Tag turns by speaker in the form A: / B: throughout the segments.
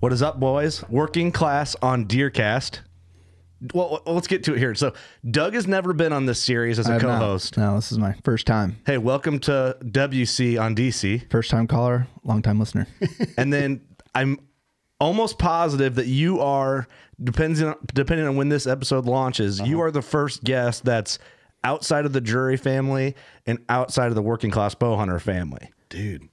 A: What is up, boys? Working class on Deercast. Well, well, let's get to it here. So, Doug has never been on this series as a
B: I'm not-
A: co-host.
B: No, this is my first time.
A: Hey, welcome to WC on DC.
B: First time caller, long time listener.
A: and then I'm almost positive that you are depending on, depending on when this episode launches, you are the first guest that's outside of the jury family and outside of the working class bow hunter family.
C: dude.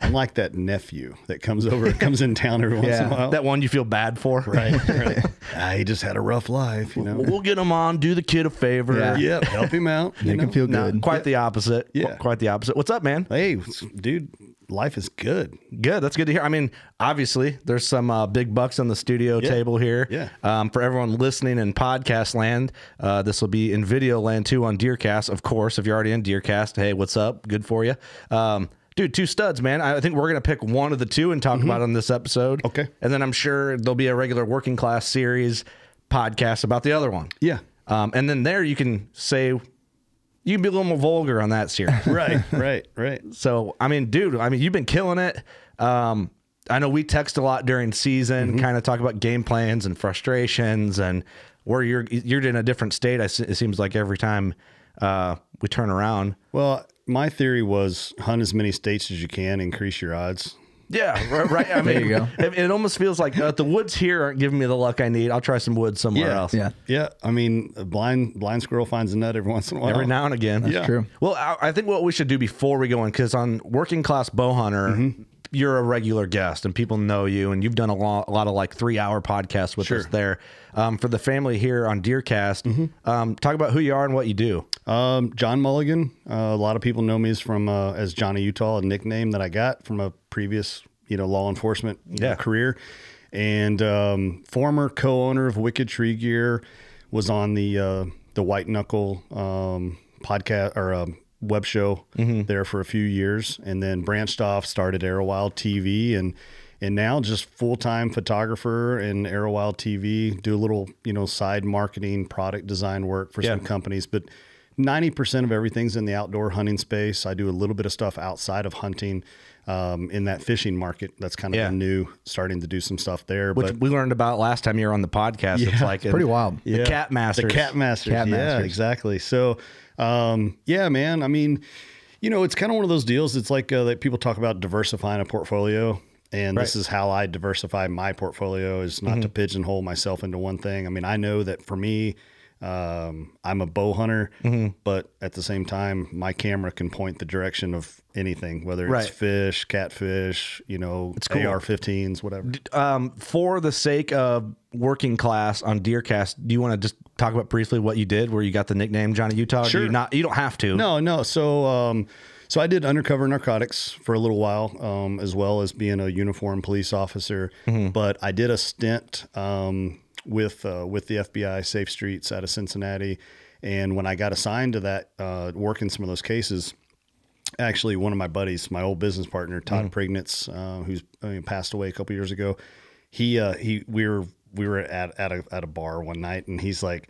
C: I'm like that nephew that comes over, comes in town every once in
B: Yeah.
C: a while.
A: That one you feel bad for, right?
C: Oh. Right. Ah, he just had a rough life, you know.
A: we'll get him on. Do the kid a favor.
B: Yeah.
C: Yep, help him out. you
B: Make him
C: know.
B: feel
A: No,
B: good.
A: quite the opposite.
C: Yeah.
A: Quite the opposite. What's up, man?
C: Hey, dude, life is good.
A: Good. That's good to hear. I mean, obviously, there's some uh, big bucks on the studio table here.
C: Yeah.
A: Um, for everyone listening in podcast land, uh, this will be in video land too on Deercast, of course. If you're already in Deercast, hey, what's up? Good for you. Um, dude, two studs, man. I I think we're going to pick one of the two and talk about on this episode.
C: Mm-hmm. Okay.
A: And then I'm sure there'll be a regular working class series podcast about the other one.
C: Yeah.
A: Um, and then there you can say, you can be a little more vulgar on that series.
C: Right, right, right.
A: So I mean, dude, I mean, you've been killing it. Um, I know we text a lot during season, kind of talk about game plans and frustrations and where you're you're in a different state. I se- It seems like every time uh, we turn around.
C: Well, my theory was hunt as many states as you can, increase your odds.
A: Yeah, right. right. I mean,
B: you go.
A: It, it almost feels like uh, the woods here aren't giving me the luck I need. I'll try some wood somewhere
C: Yeah,
A: else.
B: yeah,
C: Yeah, I mean, a blind blind squirrel finds a nut every once in a while.
A: Every now and again.
C: Yeah.
B: true.
A: Well, I, I think what we should do before we go in, because on Working Class Bow Hunter,
C: Mm-hmm.
A: you're a regular guest and people know you, and you've done a lot, a lot of like three hour podcasts with us there. Um, for the family here on Deercast,
C: Mm-hmm.
A: um, talk about who you are and what you do.
C: Um, John Mulligan. Uh, a lot of people know me as from uh, as Johnny Utah, a nickname that I got from a previous you know law enforcement you know,
A: Yeah.
C: career, and um, former co-owner of Wicked Tree Gear, was on the uh, the White Knuckle um, podcast or um, web show
A: Mm-hmm.
C: there for a few years, and then branched off, started Arrowwild TV, and and now just full time photographer in Arrowwild TV. Do a little you know side marketing, product design work for some
A: Yeah.
C: companies, but. 90% of everything's in the outdoor hunting space. I do a little bit of stuff outside of hunting um, in that fishing market. That's kind of
A: Yeah.
C: been new, starting to do some stuff there.
A: Which
C: but
A: we learned about last time you were on the podcast. it's like
B: pretty wild.
A: The Cat Masters.
C: The cat masters.
B: Cat
C: yeah,
B: Masters.
C: exactly. So, um, yeah, man. I mean, you know, it's kind of one of those deals. It's like uh, that people talk about diversifying a portfolio, and this is how I
A: Mm-hmm.
C: diversify my portfolio is not to pigeonhole myself into one thing. I mean, I know that for me, Um, I'm a bow hunter,
A: Mm-hmm.
C: but at the same time, my camera can point the direction of anything, whether it's
A: Right.
C: fish, catfish, you know,
A: cool.
C: AR-15s, whatever.
A: um, for the sake of working class on Deercast, do you want to just talk about briefly what you did, where you got the nickname Johnny Utah? Or do
C: Sure.
A: You not. You don't have to.
C: No, no. So, um, so I did undercover narcotics for a little while, um, as well as being a uniformed police officer. But I did a stint um, with uh, with the FBI Safe Streets out of Cincinnati, and when I got assigned to that, uh, working some of those cases. Actually, one of my buddies, my old business partner Todd Prignitz, uh, who's I mean, passed away a couple years ago, he uh, he we were we were at at a, at a bar one night, and he's like,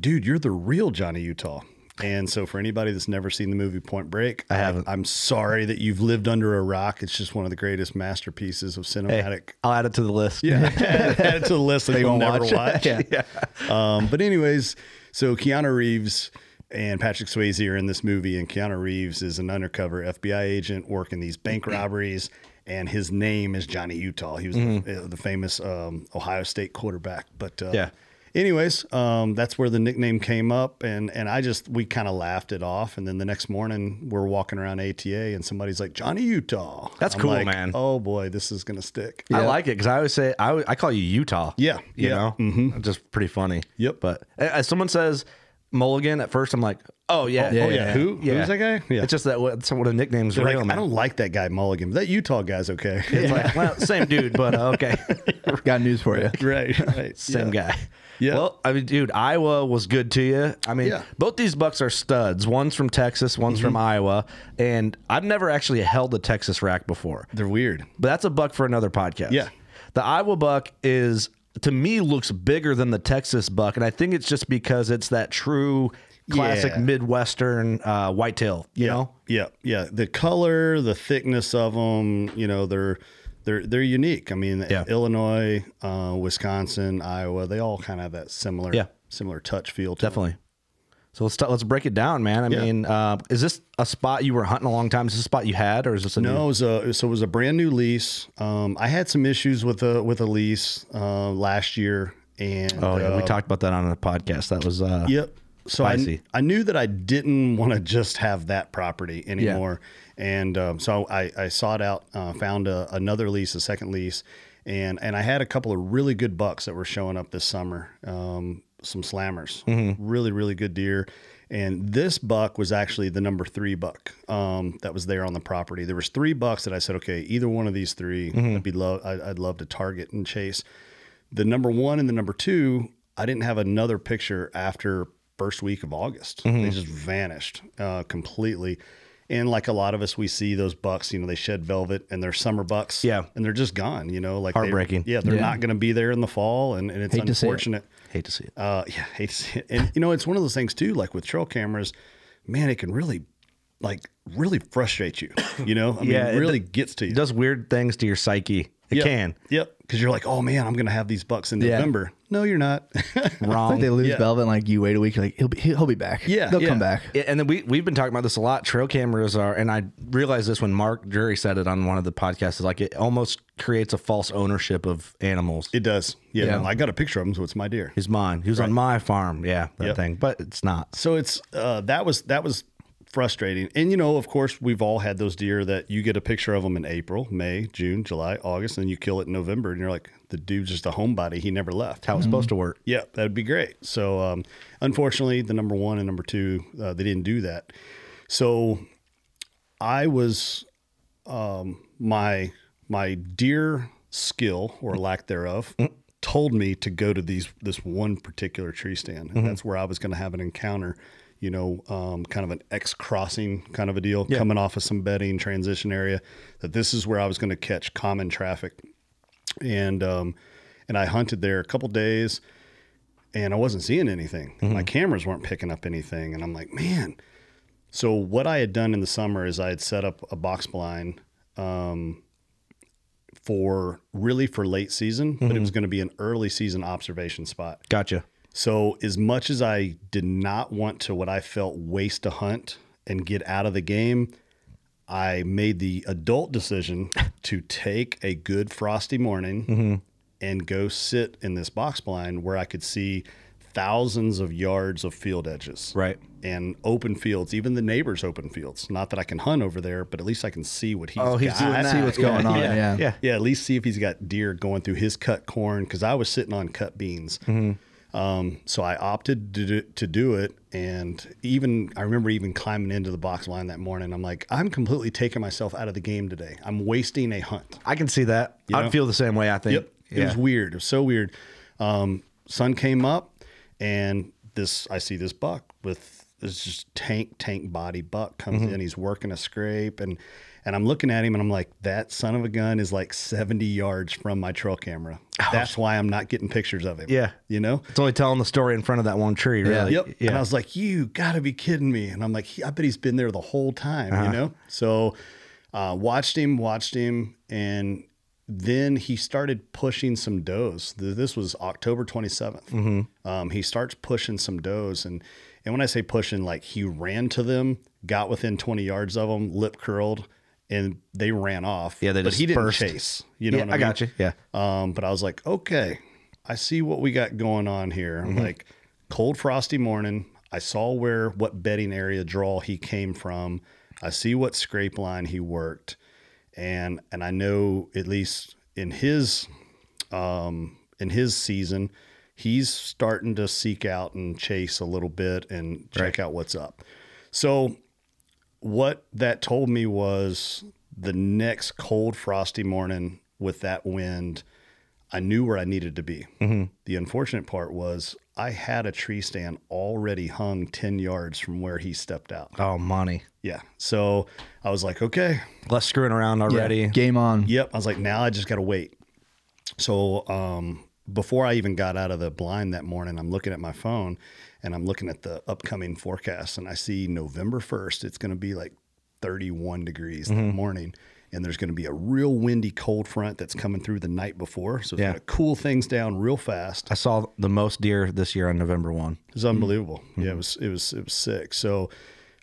C: dude, you're the real Johnny Utah. And so, for anybody that's never seen the movie Point Break, I haven't. I'm sorry that you've lived under a rock. It's just one of the greatest masterpieces of cinematic.
A: I'll add it to the list.
C: Yeah, add, add it to the list that you'll
A: won't
C: never
A: watch.
C: watch. Um, but anyways, so Keanu Reeves and Patrick Swayze are in this movie, and Keanu Reeves is an undercover FBI agent working these bank robberies, and his name is Johnny Utah. He was the, uh, the famous um, Ohio State quarterback. But uh,
A: Mm-hmm. Yeah.
C: Anyways, um, that's where the nickname came up, and and I just we kind of laughed it off, and then the next morning we're walking around ATA, and somebody's like Johnny Utah.
A: That's
C: I'm
A: cool,
C: like,
A: man.
C: Oh boy, this is gonna stick.
A: I like it because I always say I, always- I call you Utah.
C: Yeah,
A: you
C: yeah, Mm-hmm.
A: know, just pretty funny.
C: Yep.
A: But a- as someone says Mulligan, at first I'm like, oh yeah,
C: oh, yeah. Who?
A: yeah.
C: Who's that guy? Yeah.
A: It's just that what, so what a nickname's
C: They're
A: real,
C: like, I
A: man.
C: don't like that guy Mulligan. That Utah guy's okay.
A: It's like, well, same dude, but uh, okay.
B: Got news for you.
C: right, right.
A: Same guy.
C: Yeah.
A: Well, I mean, dude, Iowa was good to you. I mean,
C: Yeah. Mm-hmm.
A: both these bucks are studs. One's from Texas, one's from Iowa. And I've never actually held a Texas rack before,
C: They're weird.
A: but that's a buck for another podcast.
C: Yeah.
A: The Iowa buck is, to me, looks bigger than the Texas buck. And I think it's just because it's that true classic
C: Yeah.
A: Midwestern uh, whitetail, you
C: yeah.
A: know?
C: Yeah, yeah. The color, the thickness of them, you know, they're they're they're unique. I mean,
A: Yeah.
C: Illinois, uh, Wisconsin, Iowa, they all kind of have that similar
A: Yeah.
C: similar touch feel. To
A: Definitely. So let's let let's break it down, man. I
C: Yeah.
A: mean, uh, is this a spot you were hunting a long time? Is this a spot you had, or is this a
C: Them.
A: new
C: No, it was a so it was a brand new lease. Um, I had some issues with a with a lease uh, last year, and
A: Oh yeah, we
C: uh,
A: talked about that on a podcast. That was uh
C: Yep. So
A: Spicy.
C: I, I knew that I didn't want to just have that property anymore. And um, so I, I sought out, uh, found a, another lease, a second lease. And, and I had a couple of really good bucks that were showing up this summer. Um, some slammers,
A: Mm-hmm.
C: really, really good deer. And this buck was actually the number three buck um, that was there on the property. There was three bucks that I said, okay, either one of these 3
A: Mm-hmm.
C: I'd be love, I'd, I'd love to target and chase the number one and the number two, I didn't have another picture after first week of August. They just vanished uh, completely. And like a lot of us, we see those bucks. You know, they shed velvet and they're summer bucks.
A: Yeah.
C: and they're just gone. You know, like they-
A: Heartbreaking.
C: yeah, they're
B: Yeah.
C: not going to be there in the fall, and, and it's
B: Hate to see it.
C: unfortunate.
A: hate to see it.
C: Uh, yeah, hate to see it. And you know, it's one of those things too. Like with trail cameras, man, it can really, like, really frustrate you. You know, I
A: Yeah, it
C: mean, it really gets to you.
A: It does weird things to your psyche. It
C: Yep.
A: can.
C: Yep. Because you're like, oh man, I'm going to have these bucks in
B: Yeah.
C: November. No, you're not.
A: Wrong.
B: Like they lose
C: Yeah.
B: Velvet, and like you wait a week, you're like he'll be he'll be back.
C: Yeah,
B: they'll
C: yeah.
B: come back.
A: Yeah, and then we we've been talking about this a lot. Trail cameras are, and I realized this when Mark Drury said it on one of the podcasts. Is like it almost creates a false ownership of animals.
C: It does. Yeah. I got a picture of him, so it's my deer.
A: He's mine. He was on my farm. Yeah, that
C: Yep.
A: thing. But it's not.
C: So it's uh, that was that was frustrating. And you know, of course, we've all had those deer that you get a picture of them in April, May, June, July, August, and you kill it in November, and you're like, the dude's just a homebody. He never left.
A: How it's supposed to work.
C: Yeah, that'd be great. So, um, unfortunately, the number one and number two, uh, they didn't do that. So, I was um, my my deer skill or lack thereof told me to go to these this one particular tree stand, and that's where I was going to have an encounter. You know, um, kind of an X crossing kind of a deal, coming off of some bedding transition area. That this is where I was going to catch common traffic and um, and I hunted there a couple days, and I wasn't seeing anything. My cameras weren't picking up anything, and I'm like, man. So what I had done in the summer is I had set up a box blind um, for really for late season, but
B: Mm-hmm.
C: it was going to be an early season observation spot.
A: Gotcha.
C: So as much as I did not want to what I felt waste a hunt and get out of the game, I made the adult decision to take a
B: Mm-hmm.
C: good frosty morning and go sit in this box blind where I could see thousands of yards of field edges.
A: Right.
C: And open fields, even the neighbor's open fields. Not that I can hunt over there, but at least I can see what he's
B: Oh, he's
C: got.
B: doing that. See what's going on. Yeah.
A: Yeah.
C: Yeah, at least see if he's got deer going through his cut corn because I was sitting on cut beans. Um, so I opted to do, to do it, and even I remember even climbing into the box line that morning. I'm like, I'm completely taking myself out of the game today. I'm wasting a hunt.
A: I can see that.
C: know?
A: I'd feel the same way. I think.
C: Yep, it was weird. It was so weird. Um, sun came up, and this I see this buck with this just tank tank body buck comes in. He's working a scrape, and and I'm looking at him, and I'm like, that son of a gun is like 70 yards from my trail camera. That's why I'm not getting pictures of him.
A: Yeah.
C: you know.
A: It's only telling the story in front of that one tree. Really.
C: Yep. And I was like, you got to be kidding me. And I'm like, "He- I bet he's been there the whole time,
A: Uh-huh.
C: you know? So uh, watched him, watched him. And then he started pushing some does. Th- This was October 27th.
A: Mm-hmm.
C: Um, he starts pushing some does. And, and when I say pushing, like he ran to them, got within 20 yards of them, lip curled, and they ran off.
A: Yeah, they
C: But he didn't
A: dispersed.
C: chase. You know
A: Yeah,
C: what I,
A: I
C: mean?
A: got you. Yeah.
C: Um, but I was like, okay, I see what we got going on here. I'm Like cold, frosty morning. I saw where what bedding area draw he came from. I see what scrape line he worked, and and I know at least in his um, in his season, he's starting to seek out and chase a little bit and check out what's up. So what that told me was the next cold, frosty morning with that wind, I knew where I needed to be. The unfortunate part was I had a tree stand already hung 10 yards from where he stepped out.
A: Oh, money.
C: Yeah. So I was like, okay,
A: Less screwing around already.
B: Game on.
C: Yep. I was like, now I just got to wait. So um, before I even got out of the blind that morning, I'm looking at my phone and I'm looking at the upcoming forecast and I see November 1st, it's going to be like 31 degrees that morning. And there's going to be a real windy cold front that's coming through the night before. So it's
A: Yeah.
C: going to cool things down real fast.
A: I saw the most deer this year on November one.
C: It was unbelievable.
A: Mm-hmm.
C: Yeah, it was it was it was sick. So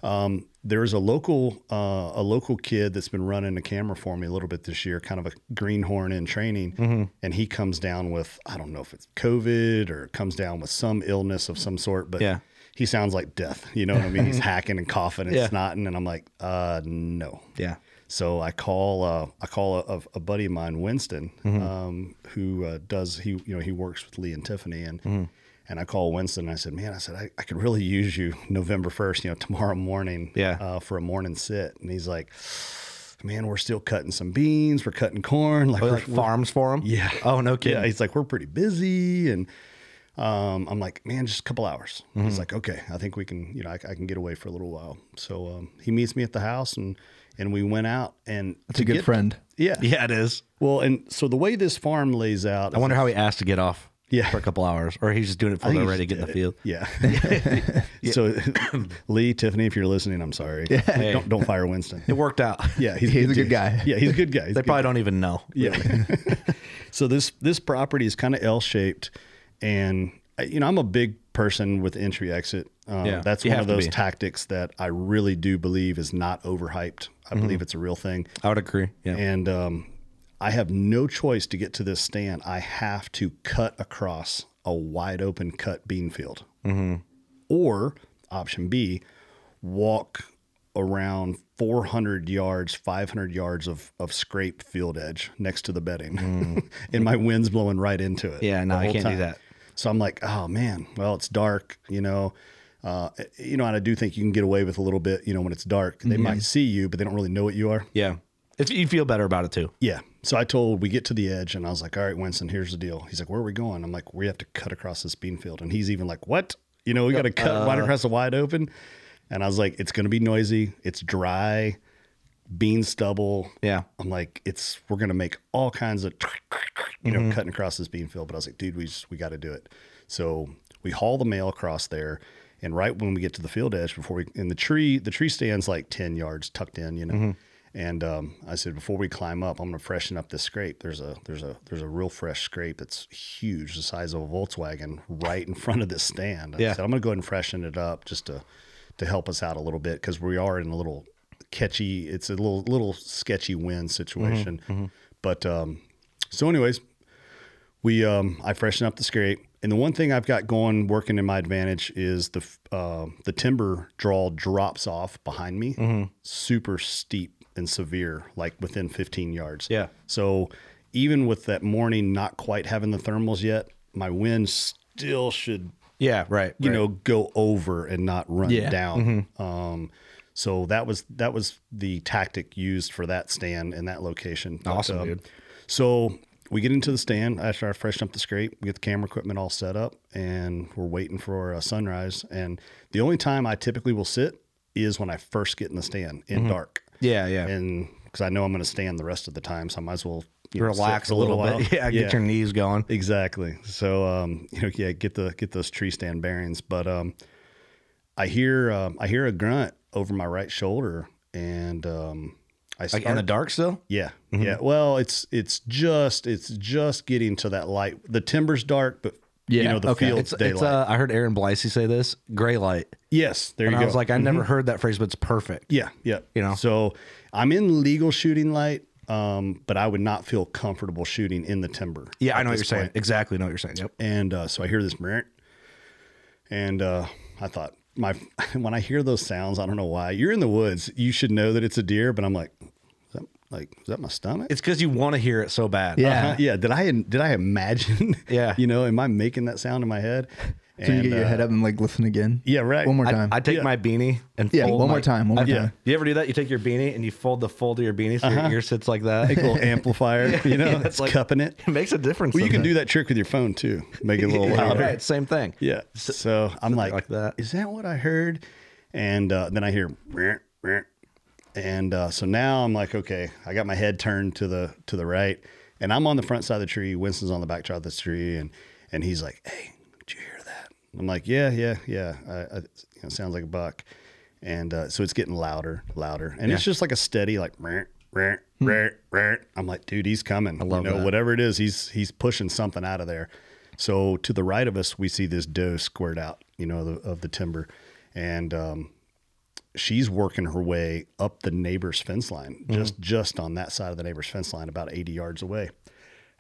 C: um, there is a local uh, a local kid that's been running a camera for me a little bit this year, kind of a greenhorn in training,
A: Mm-hmm.
C: and he comes down with I don't know if it's COVID or comes down with some illness of some sort, but
A: Yeah.
C: he sounds like death. You know what I mean? He's hacking and coughing and snotting, and I'm like, uh, no.
A: Yeah.
C: So I call uh, I call a, a buddy of mine, Winston,
A: Mm-hmm.
C: um, who uh, does he you know he works with Lee and Tiffany and
A: Mm-hmm.
C: and I call Winston and I said, man, I said I, I could really use you November first, you know, tomorrow morning,
A: Yeah.
C: uh, for a morning sit. And he's like, man, we're still cutting some beans, we're cutting corn, like,
A: Oh,
C: we're-
A: like
C: we're-
A: farms for them.
C: yeah.
A: Oh, no
C: yeah,
A: kidding.
C: he's like, we're pretty busy. And um, I'm like, man, just a couple hours.
A: Mm-hmm.
C: He's like, okay, I think we can, you know, I, I can get away for a little while. So um, he meets me at the house and, and we went out and
B: That's a good friend.
C: Yeah.
A: Yeah, it is.
C: Well, and so the way this farm lays out,
A: I wonder how he asked to get off.
C: Yeah.
A: For a couple hours, or he's just doing it for
C: I
A: the
C: think he
A: ready to
C: just
A: get in the
C: did
A: field.
C: Yeah. So Lee, Tiffany, if you're listening, I'm sorry. Don't, don't fire Winston.
A: It worked out.
C: Yeah.
B: He's a
C: dude.
B: good guy.
C: Yeah. He's a good guy. He's
A: They
C: a good
A: probably don't even know.
C: Yeah. so this this property is kind of L shaped, and uh, you know I'm a big person with entry exit. Um,
A: Yeah,
C: that's
A: you
C: one of
A: have to
C: those
A: be.
C: tactics that I really do believe is not overhyped.
A: Mm-hmm.
C: I believe it's a real thing,
A: I would agree. Yeah.
C: and um, I have no choice to get to this stand. I have to cut across a wide open cut bean field,
A: Mm-hmm.
C: or option B, walk around 400 yards, 500 yards of, of scrape field edge next to the bedding. and my wind's blowing right into it.
A: Mm. Yeah, no,
C: the
A: I
C: whole
A: can't do that.
C: So I'm like, oh man, well, it's dark, you know. Uh, you know, and I do think you can get away with a little bit, you know, when it's dark.
A: Mm-hmm.
C: They might see you, but they don't really know what you are.
A: yeah. If you feel better about it too.
C: Yeah. So I told we get to the edge and I was like, all right, Winston, here's the deal. He's like, where are we going? I'm like, we have to cut across this bean field. And he's even like, what? You know, we got to cut wide across the wide open. And I was like, it's going to be noisy. It's dry, bean stubble.
A: Yeah.
C: I'm like, it's, we're going to make all kinds of, you know, cutting across this bean field. But I was like, dude, we just, we got to do it. So we haul the mail across there. And right when we get to the field edge, before we, and the tree, the tree stands like 10 yards tucked in, you know. And um, I said, before we climb up, I'm gonna freshen up this scrape. There's a there's a there's a real fresh scrape that's huge, the size of a Volkswagen, right in front of this stand. And I
A: Yeah.
C: said, I'm gonna go ahead and freshen it up just to to help us out a little bit because we are in a little catchy. It's a little little sketchy wind situation. But um, so, anyways, we um, I freshen up the scrape And the one thing I've got going working in my advantage is the f- uh, the timber draw drops off behind me, super steep and severe, like within 15 yards.
A: Yeah.
C: So even with that morning not quite having the thermals yet, my wind still should
A: Yeah, right. Mm-hmm.
C: you know go over and not run
B: Yeah.
C: down. Um, so that was that was the tactic used for that stand and that location. But,
A: Awesome,
C: um,
A: dude.
C: So we get into the stand after I freshen up the scrape, we get the camera equipment all set up, and we're waiting for a sunrise. And the only time I typically will sit is when I first get in the stand in dark.
A: Yeah, Mm-hmm. yeah.
C: And because I know I'm going to stand the rest of the time, so I might as well you know, sit
A: Relax
C: for
A: a little,
C: while.
A: bit. Yeah, get your knees going.
C: Exactly. So um, you know, yeah, get the get those tree stand bearings. But um, I hear um, I hear a grunt over my right shoulder, and um, I
A: Like
C: start,
A: in the dark Mm-hmm. still?
C: yeah yeah. Well, it's it's just it's just getting to that light. The timber's dark, but you
B: Yeah,
C: know the
A: okay.
C: field's
A: It's,
C: daylight.
A: it's uh, I heard Aaron Blasey say this, gray light.
C: yes, there
A: And
C: you
A: I
C: go. Mm-hmm.
A: was like, I never heard that phrase, but it's perfect.
C: yeah, yeah.
A: You know?
C: so I'm in legal shooting light. Um, but I would not feel comfortable shooting in the timber.
A: Yeah, I
C: at
A: know what
C: this
A: you're saying.
C: point.
A: Exactly know what you're saying. Yep.
C: And uh, so I hear this merit, and uh, I thought my when I hear those sounds, I don't know why. You're in the woods, you should know that it's a deer. But I'm like, is that like is that my stomach?
A: It's because you want to hear it so bad.
B: Yeah.
C: Uh-huh. yeah. Did I did I imagine?
A: Yeah.
C: you know, am I making that sound in my head?
B: So you get your
C: uh,
B: head up and like listen again.
C: Yeah, right.
B: One more
A: I-
B: time.
A: I, take
C: Yeah.
A: my beanie and
B: yeah,
A: fold
B: one more
A: my-
B: time. One more
C: yeah.
B: time. Uh-huh.
A: You ever do that? You take your beanie and you fold the fold of your beanie so your ear sits like that.
C: Like a little amplifier, you know,
A: Yeah,
C: it's
A: it's like-
C: cupping it.
A: It makes a difference.
C: Well, you can
A: sometimes.
C: do that trick with your phone too. Make it a little
A: Yeah,
C: louder.
A: right, same thing.
C: Yeah. So I'm like,
A: like that.
C: Is that what I heard? And uh, then I hear, "Brr, brr." and uh, so now I'm like, okay, I got my head turned to the to the right, and I'm on the front side of the tree. Winston's on the back side of the tree, and and he's like, hey, did you hear that? I'm like, yeah, yeah, yeah. I, I, you know, it sounds like a buck. And uh, so it's getting louder, louder, and it's just like a steady, like, brr, brr, brr, brr. I'm like, dude, he's coming. I
A: Hmm. love
C: you know,
A: that.
C: whatever it is, he's he's pushing something out of there. So to the right of us, we see this doe squirt out, you know, of the, of the timber, and um, she's working her way up the neighbor's fence line,
A: Hmm.
C: just just on that side of the neighbor's fence line, about eighty yards away.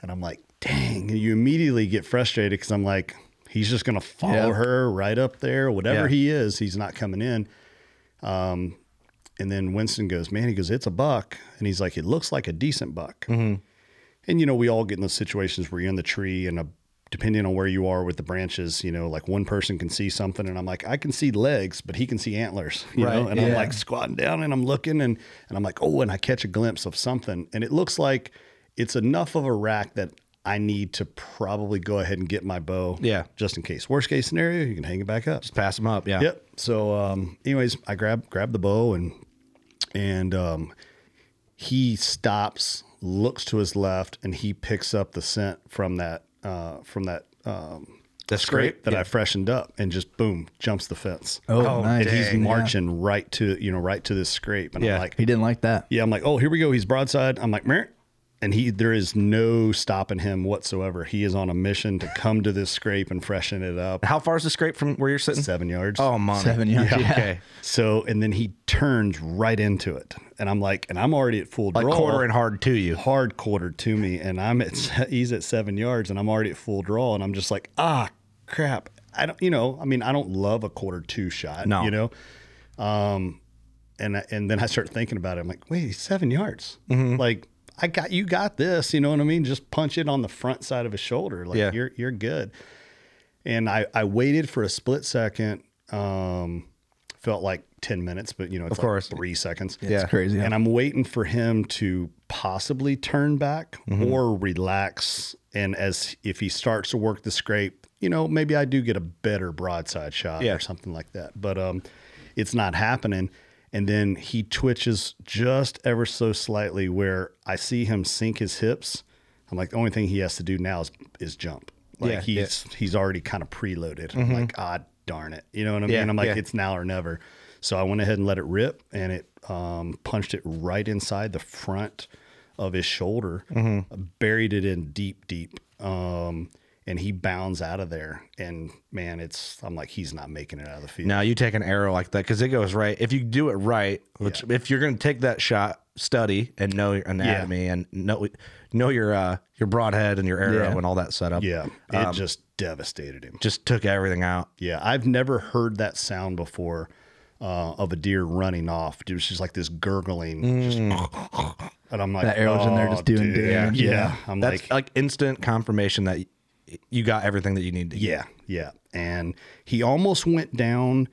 C: And I'm like, dang! And you immediately get frustrated because I'm like, he's just gonna follow
B: Yeah.
C: her right up there, whatever
A: Yeah.
C: he is, he's not coming in. And then Winston goes, man, he goes, it's a buck. And he's like, it looks like a decent buck.
A: Mm-hmm.
C: And, you know, we all get in those situations where you're in the tree and a, depending on where you are with the branches, you know, like one person can see something and I'm like, I can see legs, but he can see antlers, you know,
A: Right,
C: and I'm
B: yeah.
C: like squatting down and I'm looking and, and I'm like, oh, and I catch a glimpse of something. And it looks like it's enough of a rack that I need to probably go ahead and get my bow.
A: Yeah.
C: Just in case. Worst case scenario, you can hang it back up.
A: Pass them up. Yeah.
C: Yep. So, um, anyways, I grab grab the bow and and um, he stops, looks to his left, and he picks up the scent from that uh, from that um,
A: The scrape?
C: that
A: Yeah.
C: I freshened up, and just boom, jumps the fence.
B: Oh,
A: Oh,
B: nice.
C: and he's
B: Yeah.
C: marching right to you know right to this scrape, and
A: Yeah.
C: I'm like,
B: He didn't like that.
C: yeah, I'm like, oh, here we go. He's broadside. I'm like, Mer. and he there is no stopping him whatsoever. He is on a mission to come to this scrape and freshen it up.
A: How far is the scrape from where you're sitting?
C: Seven yards.
A: Oh, money.
B: Seven yards. Yeah.
A: Okay.
C: So, and then he turns right into it. And I'm like, and I'm already at full
A: Like
C: draw.
A: quartering hard to you.
C: hard quarter to me. And I'm at, he's at seven yards and I'm already at full draw. And I'm just like, ah, crap. I don't, you know, I mean, I don't love a quarter two shot,
A: No.
C: you know? Um, and, I- and then I start thinking about it. I'm like, wait, he's seven yards.
A: Mm-hmm.
C: Like, I got, you got this, you know what I mean? Just punch it on the front side of his shoulder. Like
A: Yeah.
C: you're, you're good and I, I waited for a split second. Um, felt like ten minutes, but you know, it's of
A: course.
C: three seconds.
B: It's crazy.
C: And I'm waiting for him to possibly turn back
A: Mm-hmm.
C: or relax. And as if he starts to work the scrape, you know, maybe I do get a better broadside shot
A: Yeah.
C: or something like that. But um, it's not happening. And then he twitches just ever so slightly where I see him sink his hips. I'm like, the only thing he has to do now is is jump. Like
A: Yeah, yeah.
C: he's he's already kind of preloaded. I'm like, ah, darn it. You know what I mean?
A: Mm-hmm. Yeah,
C: I'm like,
A: yeah.
C: it's now or never. So I went ahead and let it rip, and it um, punched it right inside the front of his shoulder,
A: Mm-hmm.
C: uh, buried it in deep, deep. Um, and he bounds out of there. And man, it's I'm like, he's not making it out of the field.
A: Now you take an arrow like that because it goes right. If you do it right, which if you're going to take that shot study and know your anatomy and know know your uh, your broadhead and your arrow
B: Yeah.
A: and all that setup.
C: Yeah, it
A: Um,
C: just devastated him.
A: just took everything out.
C: Yeah, I've never heard that sound before uh, of a deer running off. It was just like this gurgling, just, and I'm like,
B: Mm. That arrow's in there just
C: "Oh,
B: doing
C: dude."
B: damage,
C: Yeah,
B: yeah.
C: I'm
A: That's
C: like,
A: like, instant confirmation that y- you got everything that you need to.
C: yeah, yeah. And he almost went down,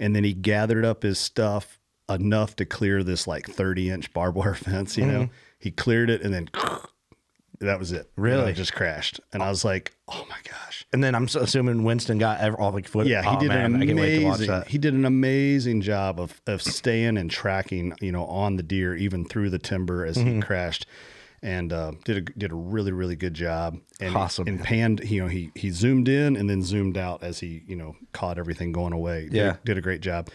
C: and then he gathered up his stuff enough to clear this like 30 inch barbed wire fence. You
B: Mm-hmm.
C: know, he cleared it, and then that was it. You know,
A: Really?
C: it just crashed. And I was like, oh my gosh.
A: And then I'm s- assuming Winston got ev- all like foot.
C: Yeah, he
A: oh,
C: did
A: man,
C: an
A: I can't wait to watch
C: amazing.
A: that.
C: He did an amazing job of of staying and tracking, you know, on the deer even through the timber as
A: Mm-hmm.
C: he crashed, and uh, did a did a really really good job. And,
A: Awesome.
C: And panned, you know, he he zoomed in and then zoomed out as he you know caught everything going away. Did a-
A: Yeah.
C: did, a great job.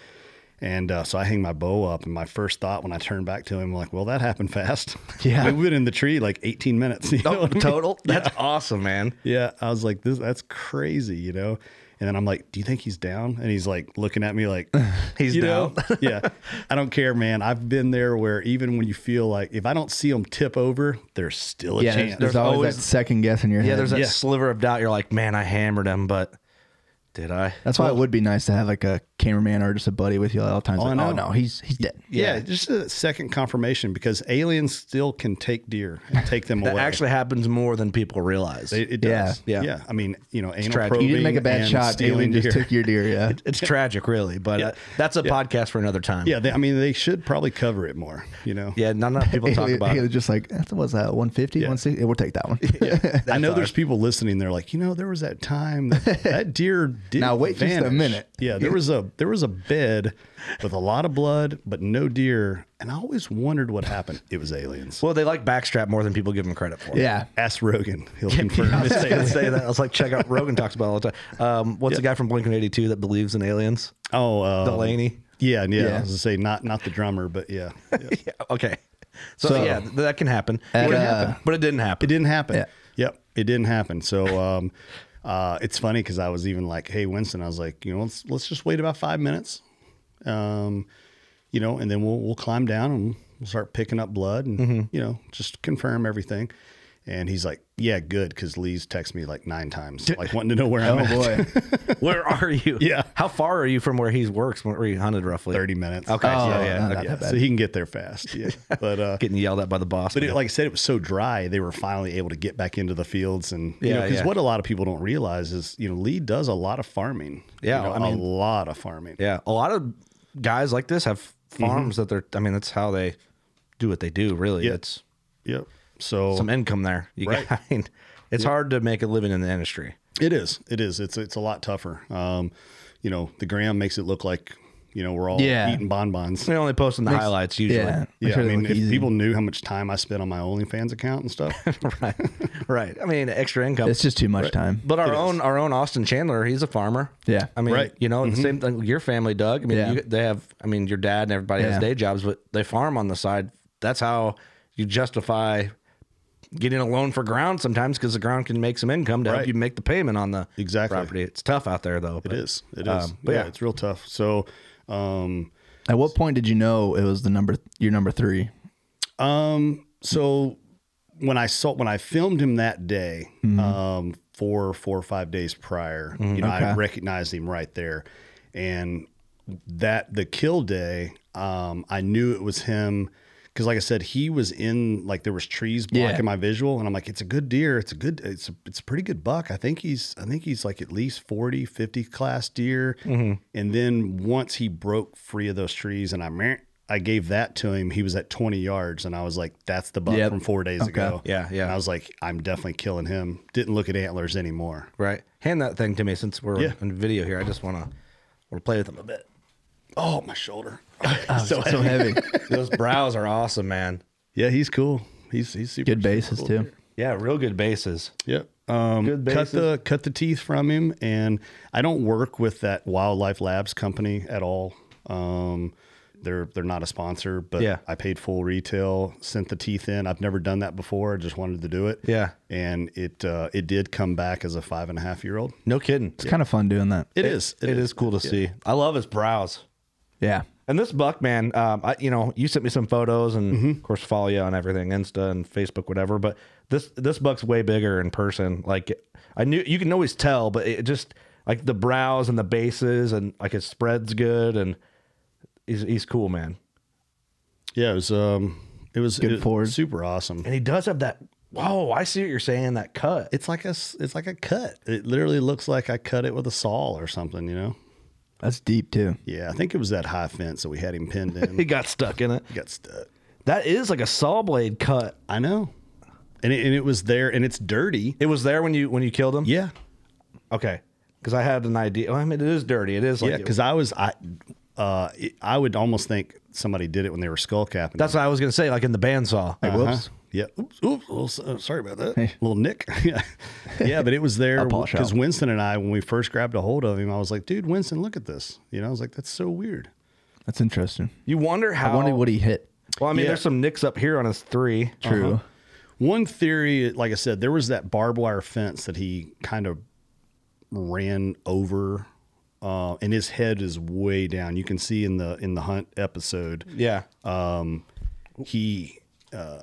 C: And uh, so I hang my bow up, and my first thought when I turned back to him, like, well, that happened fast.
B: Yeah.
C: we've been in the tree like 18 minutes. You know
A: Oh,
C: what I mean?
A: total. That's awesome, man.
C: Yeah, I was like, this that's crazy, you know. And then I'm like, do you think he's down? And he's like looking at me like
A: He's
C: you
A: down.
C: know? yeah. I don't care, man. I've been there where even when you feel like if I don't see him tip over, there's still a
B: Yeah, there's,
C: chance.
B: there's always,
A: always-
B: that second guess in your
A: Yeah,
B: head.
A: there's that
C: Yeah.
A: sliver of doubt. You're like, man, I hammered him, but did I?
B: That's why it would be nice to have like a cameraman or just a buddy with you at all times.
C: Oh,
B: like,
C: I
B: oh
C: know.
B: no, he's he's dead.
C: yeah, just a second confirmation because aliens still can take deer and take them
A: That
C: away.
A: actually happens more than people realize.
C: it, it
B: Yeah,
C: does.
A: yeah.
C: I mean, you know, anal
A: tragic.
C: probing
B: You didn't make a bad
C: and
B: shot. The
C: Stealing
B: alien just
C: deer.
B: took your deer. Yeah,
A: it's tragic, really, but uh, that's a podcast for another time.
C: yeah, they, I mean, they should probably cover it more. You know.
A: yeah. Not enough people talk
B: Alien-
A: about
B: alien
A: it.
B: just like that was that 150, 160. We'll take that one.
C: I know there's people listening. They're like, you know, there was that time that, that deer did.
B: Now wait just a minute.
C: Yeah, there was a there was a bed with a lot of blood, but no deer. And I always wondered what happened. It was aliens.
A: Well, they like backstrap more than people give them credit for.
B: yeah,
C: Ask Rogan. He'll confirm.
A: I was
C: it's
A: just
C: aliens.
A: gonna say that. I was like, check out Rogan talks about it all the time. Um, what's the guy from Blinken eighty two that believes in aliens?
C: Oh, um,
A: Delaney.
C: Yeah, yeah,
B: Yeah.
C: I was gonna say not not the drummer, but yeah, yeah.
A: Yeah, okay. So,
B: So-
A: yeah, th- that can happen.
B: At,
A: it can
B: uh,
A: happen, but it didn't
C: it
A: happen.
C: didn't happen.
B: Yeah.
C: Yep, it didn't happen. So. um uh, it's funny because I was even like, "Hey, Winston," I was like, "You know, let's let's just wait about five minutes, um, you know, and then we'll we'll climb down and we'll start picking up blood and
B: Mm-hmm.
C: you know just confirm everything. And he's like, "Yeah, good," because Lee's texted me like nine times, like wanting to know where I'm
B: Oh
C: at.
B: boy.
A: Where are you?
C: Yeah.
A: How far are you from where he works? Where he hunted roughly?
C: Thirty minutes.
A: Okay.
B: Oh,
A: yeah. yeah.
B: not
A: okay.
B: that bad.
C: so he can get there fast. Yeah, but uh,
A: Getting yelled at by the boss.
C: But it,
A: man.
C: like I said, it was so dry. They were finally able to get back into the fields, and you know,
A: Yeah,
C: because
A: yeah.
C: what a lot of people don't realize is, you know, Lee does a lot of farming. you
A: Yeah,
C: know,
A: I mean-
C: a lot of farming.
A: yeah, a lot of guys like this have
C: Mm-hmm.
A: farms that they're. I mean, that's how they do what they do. Really,
C: Yeah.
A: it's
C: Yep. So
A: some income there. You
C: Right.
A: got- I mean, it's hard to make a living in the industry.
C: it is. It is. It's it's a lot tougher. Um, you know, the gram makes it look like you know we're all
B: Yeah.
C: eating bonbons.
A: They're only posting the highlights usually.
B: yeah, Make
C: Yeah,
B: sure
C: I
B: they
C: mean,
B: look
C: if
B: easy.
C: people knew how much time I spent on my OnlyFans account and stuff,
A: right, right. I mean, extra income.
B: it's just too much time.
A: But our own, our own Austin Chandler, he's a farmer.
B: Yeah. Mm-hmm.
A: I mean,
C: Right.
A: you know, the same thing. Your family, Doug. I mean,
B: Yeah.
A: you, they have. I mean, your dad and everybody
B: Yeah.
A: has day jobs, but they farm on the side. That's how you justify getting a loan for ground sometimes because the ground can make some income to help
C: Right.
A: you make the payment on the
C: Exactly.
A: property. It's tough out there though.
C: it is. It is.
A: Um, but
C: yeah,
A: yeah.
C: it's real tough. So, um,
B: At what point did you know it was the number your number three?
C: Um, so when I saw when I filmed him that day, um, four four or five days prior, you know, I recognized him right there, and that the kill day, um, I knew it was him because, like I said, he was in like there was trees blocking my visual, and I'm like, it's a good deer, it's a good, it's a, it's a pretty good buck. I think he's I think he's like at least 40, 50 class deer, and then once he broke free of those trees, and I meh, I gave that to him. He was at 20 yards, and I was like, that's the buck
B: Yep.
C: from four days ago.
A: Yeah, yeah.
C: And I was like, I'm definitely killing him. Didn't look at antlers anymore.
A: Right. Hand that thing to me since we're
C: Yeah.
A: on video here. I just want to want to play with them a bit.
C: Oh, my shoulder.
B: So, heavy.
A: Those brows are awesome, man.
C: Yeah, he's cool. He's he's super
B: Good
C: super
B: bases
C: cool
B: too.
C: deer.
A: Yeah, real good bases.
C: Yep. Um,
A: Good
C: cut
A: bases.
C: the cut the teeth from him, and I don't work with that Wildlife Labs company at all. Um, they're they're not a sponsor, but
A: Yeah.
C: I paid full retail, sent the teeth in. I've never done that before. I just wanted to do it.
A: Yeah.
C: and it uh, it did come back as a five and a half year old.
A: No kidding.
B: It's kind of fun doing that.
C: it is.
A: It is cool to see. I love his brows.
B: Yeah.
A: And this buck, man, um, I, you know, you sent me some photos, and
C: Mm-hmm.
A: of course, follow you on everything, Insta and Facebook, whatever. But this this buck's way bigger in person. Like I knew, you can always tell, but it just like the brows and the bases, and like his spread's good, and he's he's cool, man.
C: Yeah, it was um, it was
B: Good
C: it-
B: forward.
C: super awesome.
A: And he does have that. Whoa, I see what you're saying. That cut.
C: It's like a s- it's like a cut. It literally looks like I cut it with a saw or something. You know?
B: That's deep too.
C: Yeah, I think it was that high fence that we had him pinned
A: He
C: in.
A: got stuck in it.
C: got stuck.
A: That is like a saw blade cut.
C: I know, and it, and it was there, and it's dirty.
A: It was there when you when you killed him.
C: Yeah,
A: Okay. Because I had an idea. Well, I mean, it is dirty. It is like
C: yeah. Because I was I, uh, it- I would almost think somebody did it when they were skull capping.
A: That's what I was gonna say, like in the bandsaw. Like,
C: Uh-huh.
A: whoops.
C: Yeah. Oops. Oops. Oh, so- oh, sorry about that. Little nick. yeah. Yeah. But it was there
B: polish
C: because
B: out.
C: Winston and I, when we first grabbed a hold of him, I was like, dude, Winston, look at this. You know, I was like, that's so weird.
B: That's interesting.
A: You wonder how.
B: I wondered what he Oh. hit.
A: Well, I mean,
C: Yeah.
A: there's some nicks up here on his three.
B: True.
C: Uh-huh. One theory, like I said, there was that barbed wire fence that he kind of ran over. Uh, and his head is way down. You can see in the in the hunt episode.
A: Yeah.
C: He uh,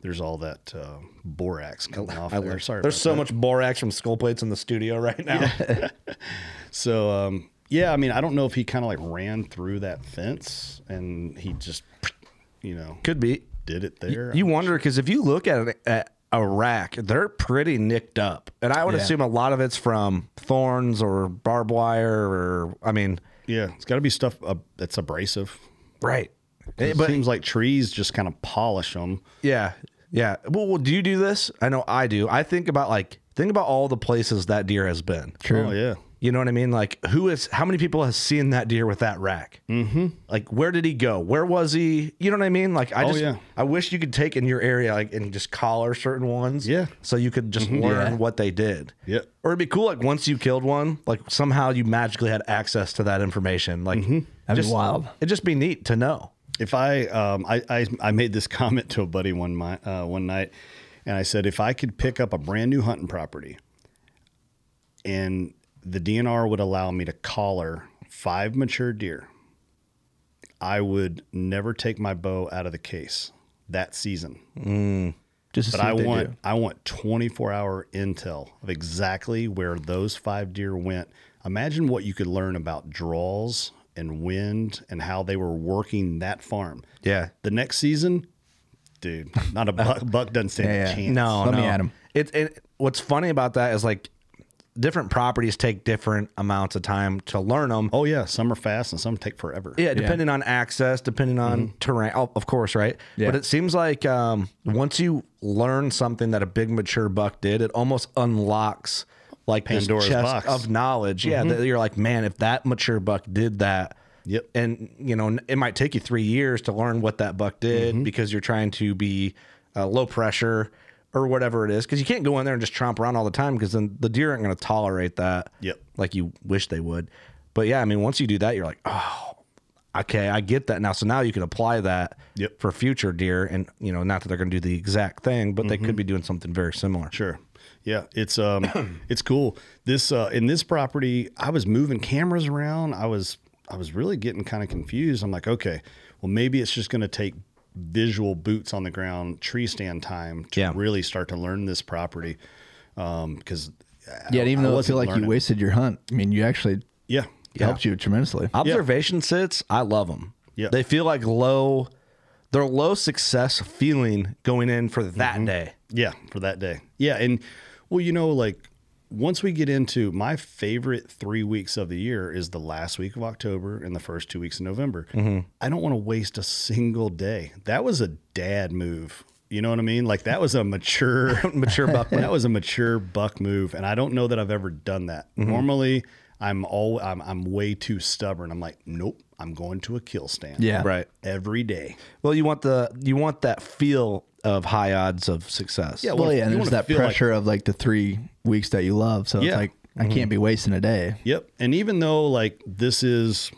C: there's all that uh, borax
A: Oh,
C: coming off there. Sorry,
A: there's
C: about
A: so
C: that.
A: much borax from skull plates in the studio right now.
C: So um, yeah, I mean, I don't know if he kind of like ran through that fence and he just, you know,
A: Could be.
C: did it there.
A: You wonder because if you look at, it, at a rack, they're pretty nicked up, and I would assume a lot of it's from thorns or barbed wire, or I mean,
C: yeah, it's got to be stuff uh, that's abrasive.
A: right? Eh,
C: It
A: but
C: seems like trees just kind of polish them.
A: Yeah, yeah. Well, well, do you do this? I know I do. I think about like think about all the places that deer has been.
C: Oh yeah,
A: You know what I mean? Like who is how many people has seen that deer with that rack? Mm-hmm. Like where did he go? Where was he? You know what I mean? Like I
C: Oh,
A: just
C: yeah.
A: I wish you could take in your area like and just collar certain ones.
C: Yeah.
A: So you could just learn what they did.
C: Yeah.
A: Or it'd be cool like once you killed one, like somehow you magically had access to that information. Like
B: That'd be wild.
A: It'd just be neat to know.
C: if I, um, I I I made this comment to a buddy one my, uh, one night, and I said if I could pick up a brand new hunting property, and the DNR would allow me to collar five mature deer, I would never take my bow out of the case that season.
B: Just to
C: But
B: see
C: I
B: what they
C: want
B: do.
C: I want 24 hour intel of exactly where those five deer went. Imagine what you could learn about draws and wind and how they were working that farm.
A: Yeah.
C: The next season, dude, not a buck, buck doesn't stand
B: Yeah,
C: a
B: yeah.
C: chance.
A: No,
B: Let
A: no.
B: me at 'em.
A: It, it, what's funny about that is like different properties take different amounts of time to learn them.
C: Oh yeah, some are fast and some take forever.
A: Yeah, depending on access, depending on
C: Mm-hmm.
A: terrain, oh, of course, right?
B: Yeah.
A: But it seems like um, once you learn something that a big mature buck did, it almost unlocks like
C: Pandora's
A: this chest
C: box. Mm-hmm.
A: of knowledge. Yeah, that you're like, man, if that mature buck did that,
C: Yep.
A: and you know, it might take you three years to learn what that buck did
C: Mm-hmm.
A: because you're trying to be uh, low pressure or whatever it is, because you can't go in there and just chomp around all the time because then the deer aren't going to tolerate that.
C: Yep.
A: like you wish they would. But yeah, I mean, once you do that, you're like, oh, okay, I get that now. So now you can apply that
C: Yep.
A: for future deer, and you know, not that they're going to do the exact thing, but they could be doing something very similar.
C: Mm-hmm. Sure. Yeah, it's um it's cool. This uh in this property, I was moving cameras around. I was I was really getting kind of confused. I'm like, okay, well maybe it's just going to take visual boots on the ground tree stand time to
A: Yeah.
C: really start to learn this property um cuz
B: Yeah, even
C: I
B: though I,
C: wasn't
B: feel like
C: learning.
B: you wasted your hunt, I mean, you actually
C: yeah.
B: helped you tremendously.
A: Observation sits, I love them.
C: Yeah.
A: they feel like low, they're low success feeling going in for that
C: Mm-hmm.
A: day.
C: Yeah, for that day. Yeah, and well, you know, like once we get into my favorite three weeks of the year is the last week of October and the first two weeks of November.
A: Mm-hmm.
C: I don't want to waste a single day. That was a dad move. You know what I mean? Like that was a mature
A: Mature buck.
C: that was a mature buck move, and I don't know that I've ever done that.
A: Mm-hmm.
C: Normally, I'm all I'm, I'm way too stubborn. I'm like, nope, I'm going to a kill stand.
B: Yeah.
A: Right.
C: every day.
A: Well, you want the you want that feel of high odds of success.
C: Yeah,
B: Well,
C: if
B: yeah, and
C: you
B: there's
C: wanna
B: that
C: feel like-
B: pressure of like the three weeks that you love. So
C: Yeah. Mm-hmm.
B: it's like, I can't be wasting a day.
C: Yep. And even though like this is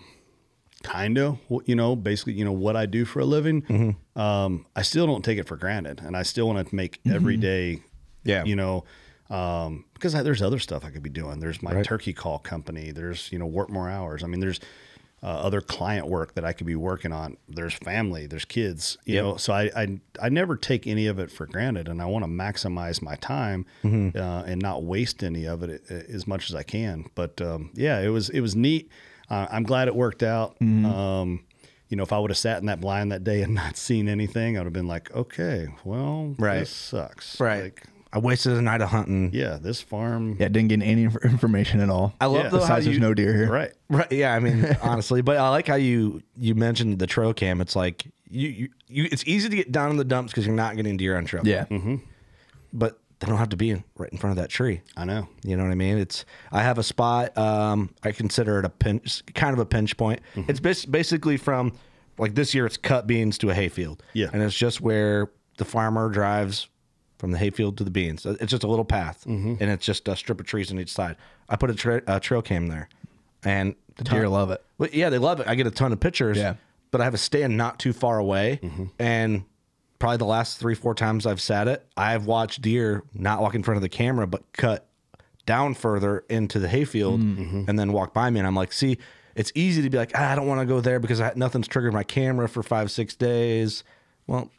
C: kind of you know basically you know what I do for a living, um, I still don't take it for granted, and I still want to make every day.
A: Yeah.
C: You know. Um, because I, there's other stuff I could be doing. There's my turkey call company. There's you know work more hours. I mean, there's uh, other client work that I could be working on. There's family, there's kids, you know. So I, I I never take any of it for granted, and I want to maximize my time
A: Mm-hmm.
C: uh, and not waste any of it a- as much as I can. But um, yeah, it was it was neat. Uh, I'm glad it worked out.
A: Mm-hmm.
C: Um, you know, if I would have sat in that blind that day and not seen anything, I would have been like, okay, well,
A: Right.
C: this sucks.
A: Right.
C: Like,
A: I wasted a night of hunting.
C: yeah, this farm.
B: Yeah, didn't get any inf- information at all.
A: I love
C: Yeah.
A: though how
B: Besides,
A: you
B: there's no deer here.
C: Right.
A: Right. Yeah. I mean, honestly, but I like how you you mentioned the trail cam. It's like you you, you it's easy to get down in the dumps because you're not getting deer on trail.
B: Yeah.
A: But they don't have to be in, right in front of that tree.
C: I know.
A: You know what I mean? It's I have a spot. Um, I consider it a pinch, kind of a pinch point.
B: Mm-hmm.
A: It's bas- basically from like this year, it's cut beans to a hayfield.
C: Yeah.
A: and it's just where the farmer drives from the hayfield to the beans. Uh, It's just a little path,
B: Mm-hmm.
A: and it's just a strip of trees on each side. I put a, tra- a trail cam there, and the
B: Deer love it.
A: well, yeah, they love it. I get a ton of pictures.
B: Yeah. Mm-hmm.
A: But I have a stand not too far away, and probably the last three, four times I've sat it, I've watched deer not walk in front of the camera, but cut down further into the hayfield
B: Mm. Mm-hmm.
A: and then walk by me. And I'm like, see, it's easy to be like, ah, I don't want to go there because I, nothing's triggered my camera for five, six days. Well,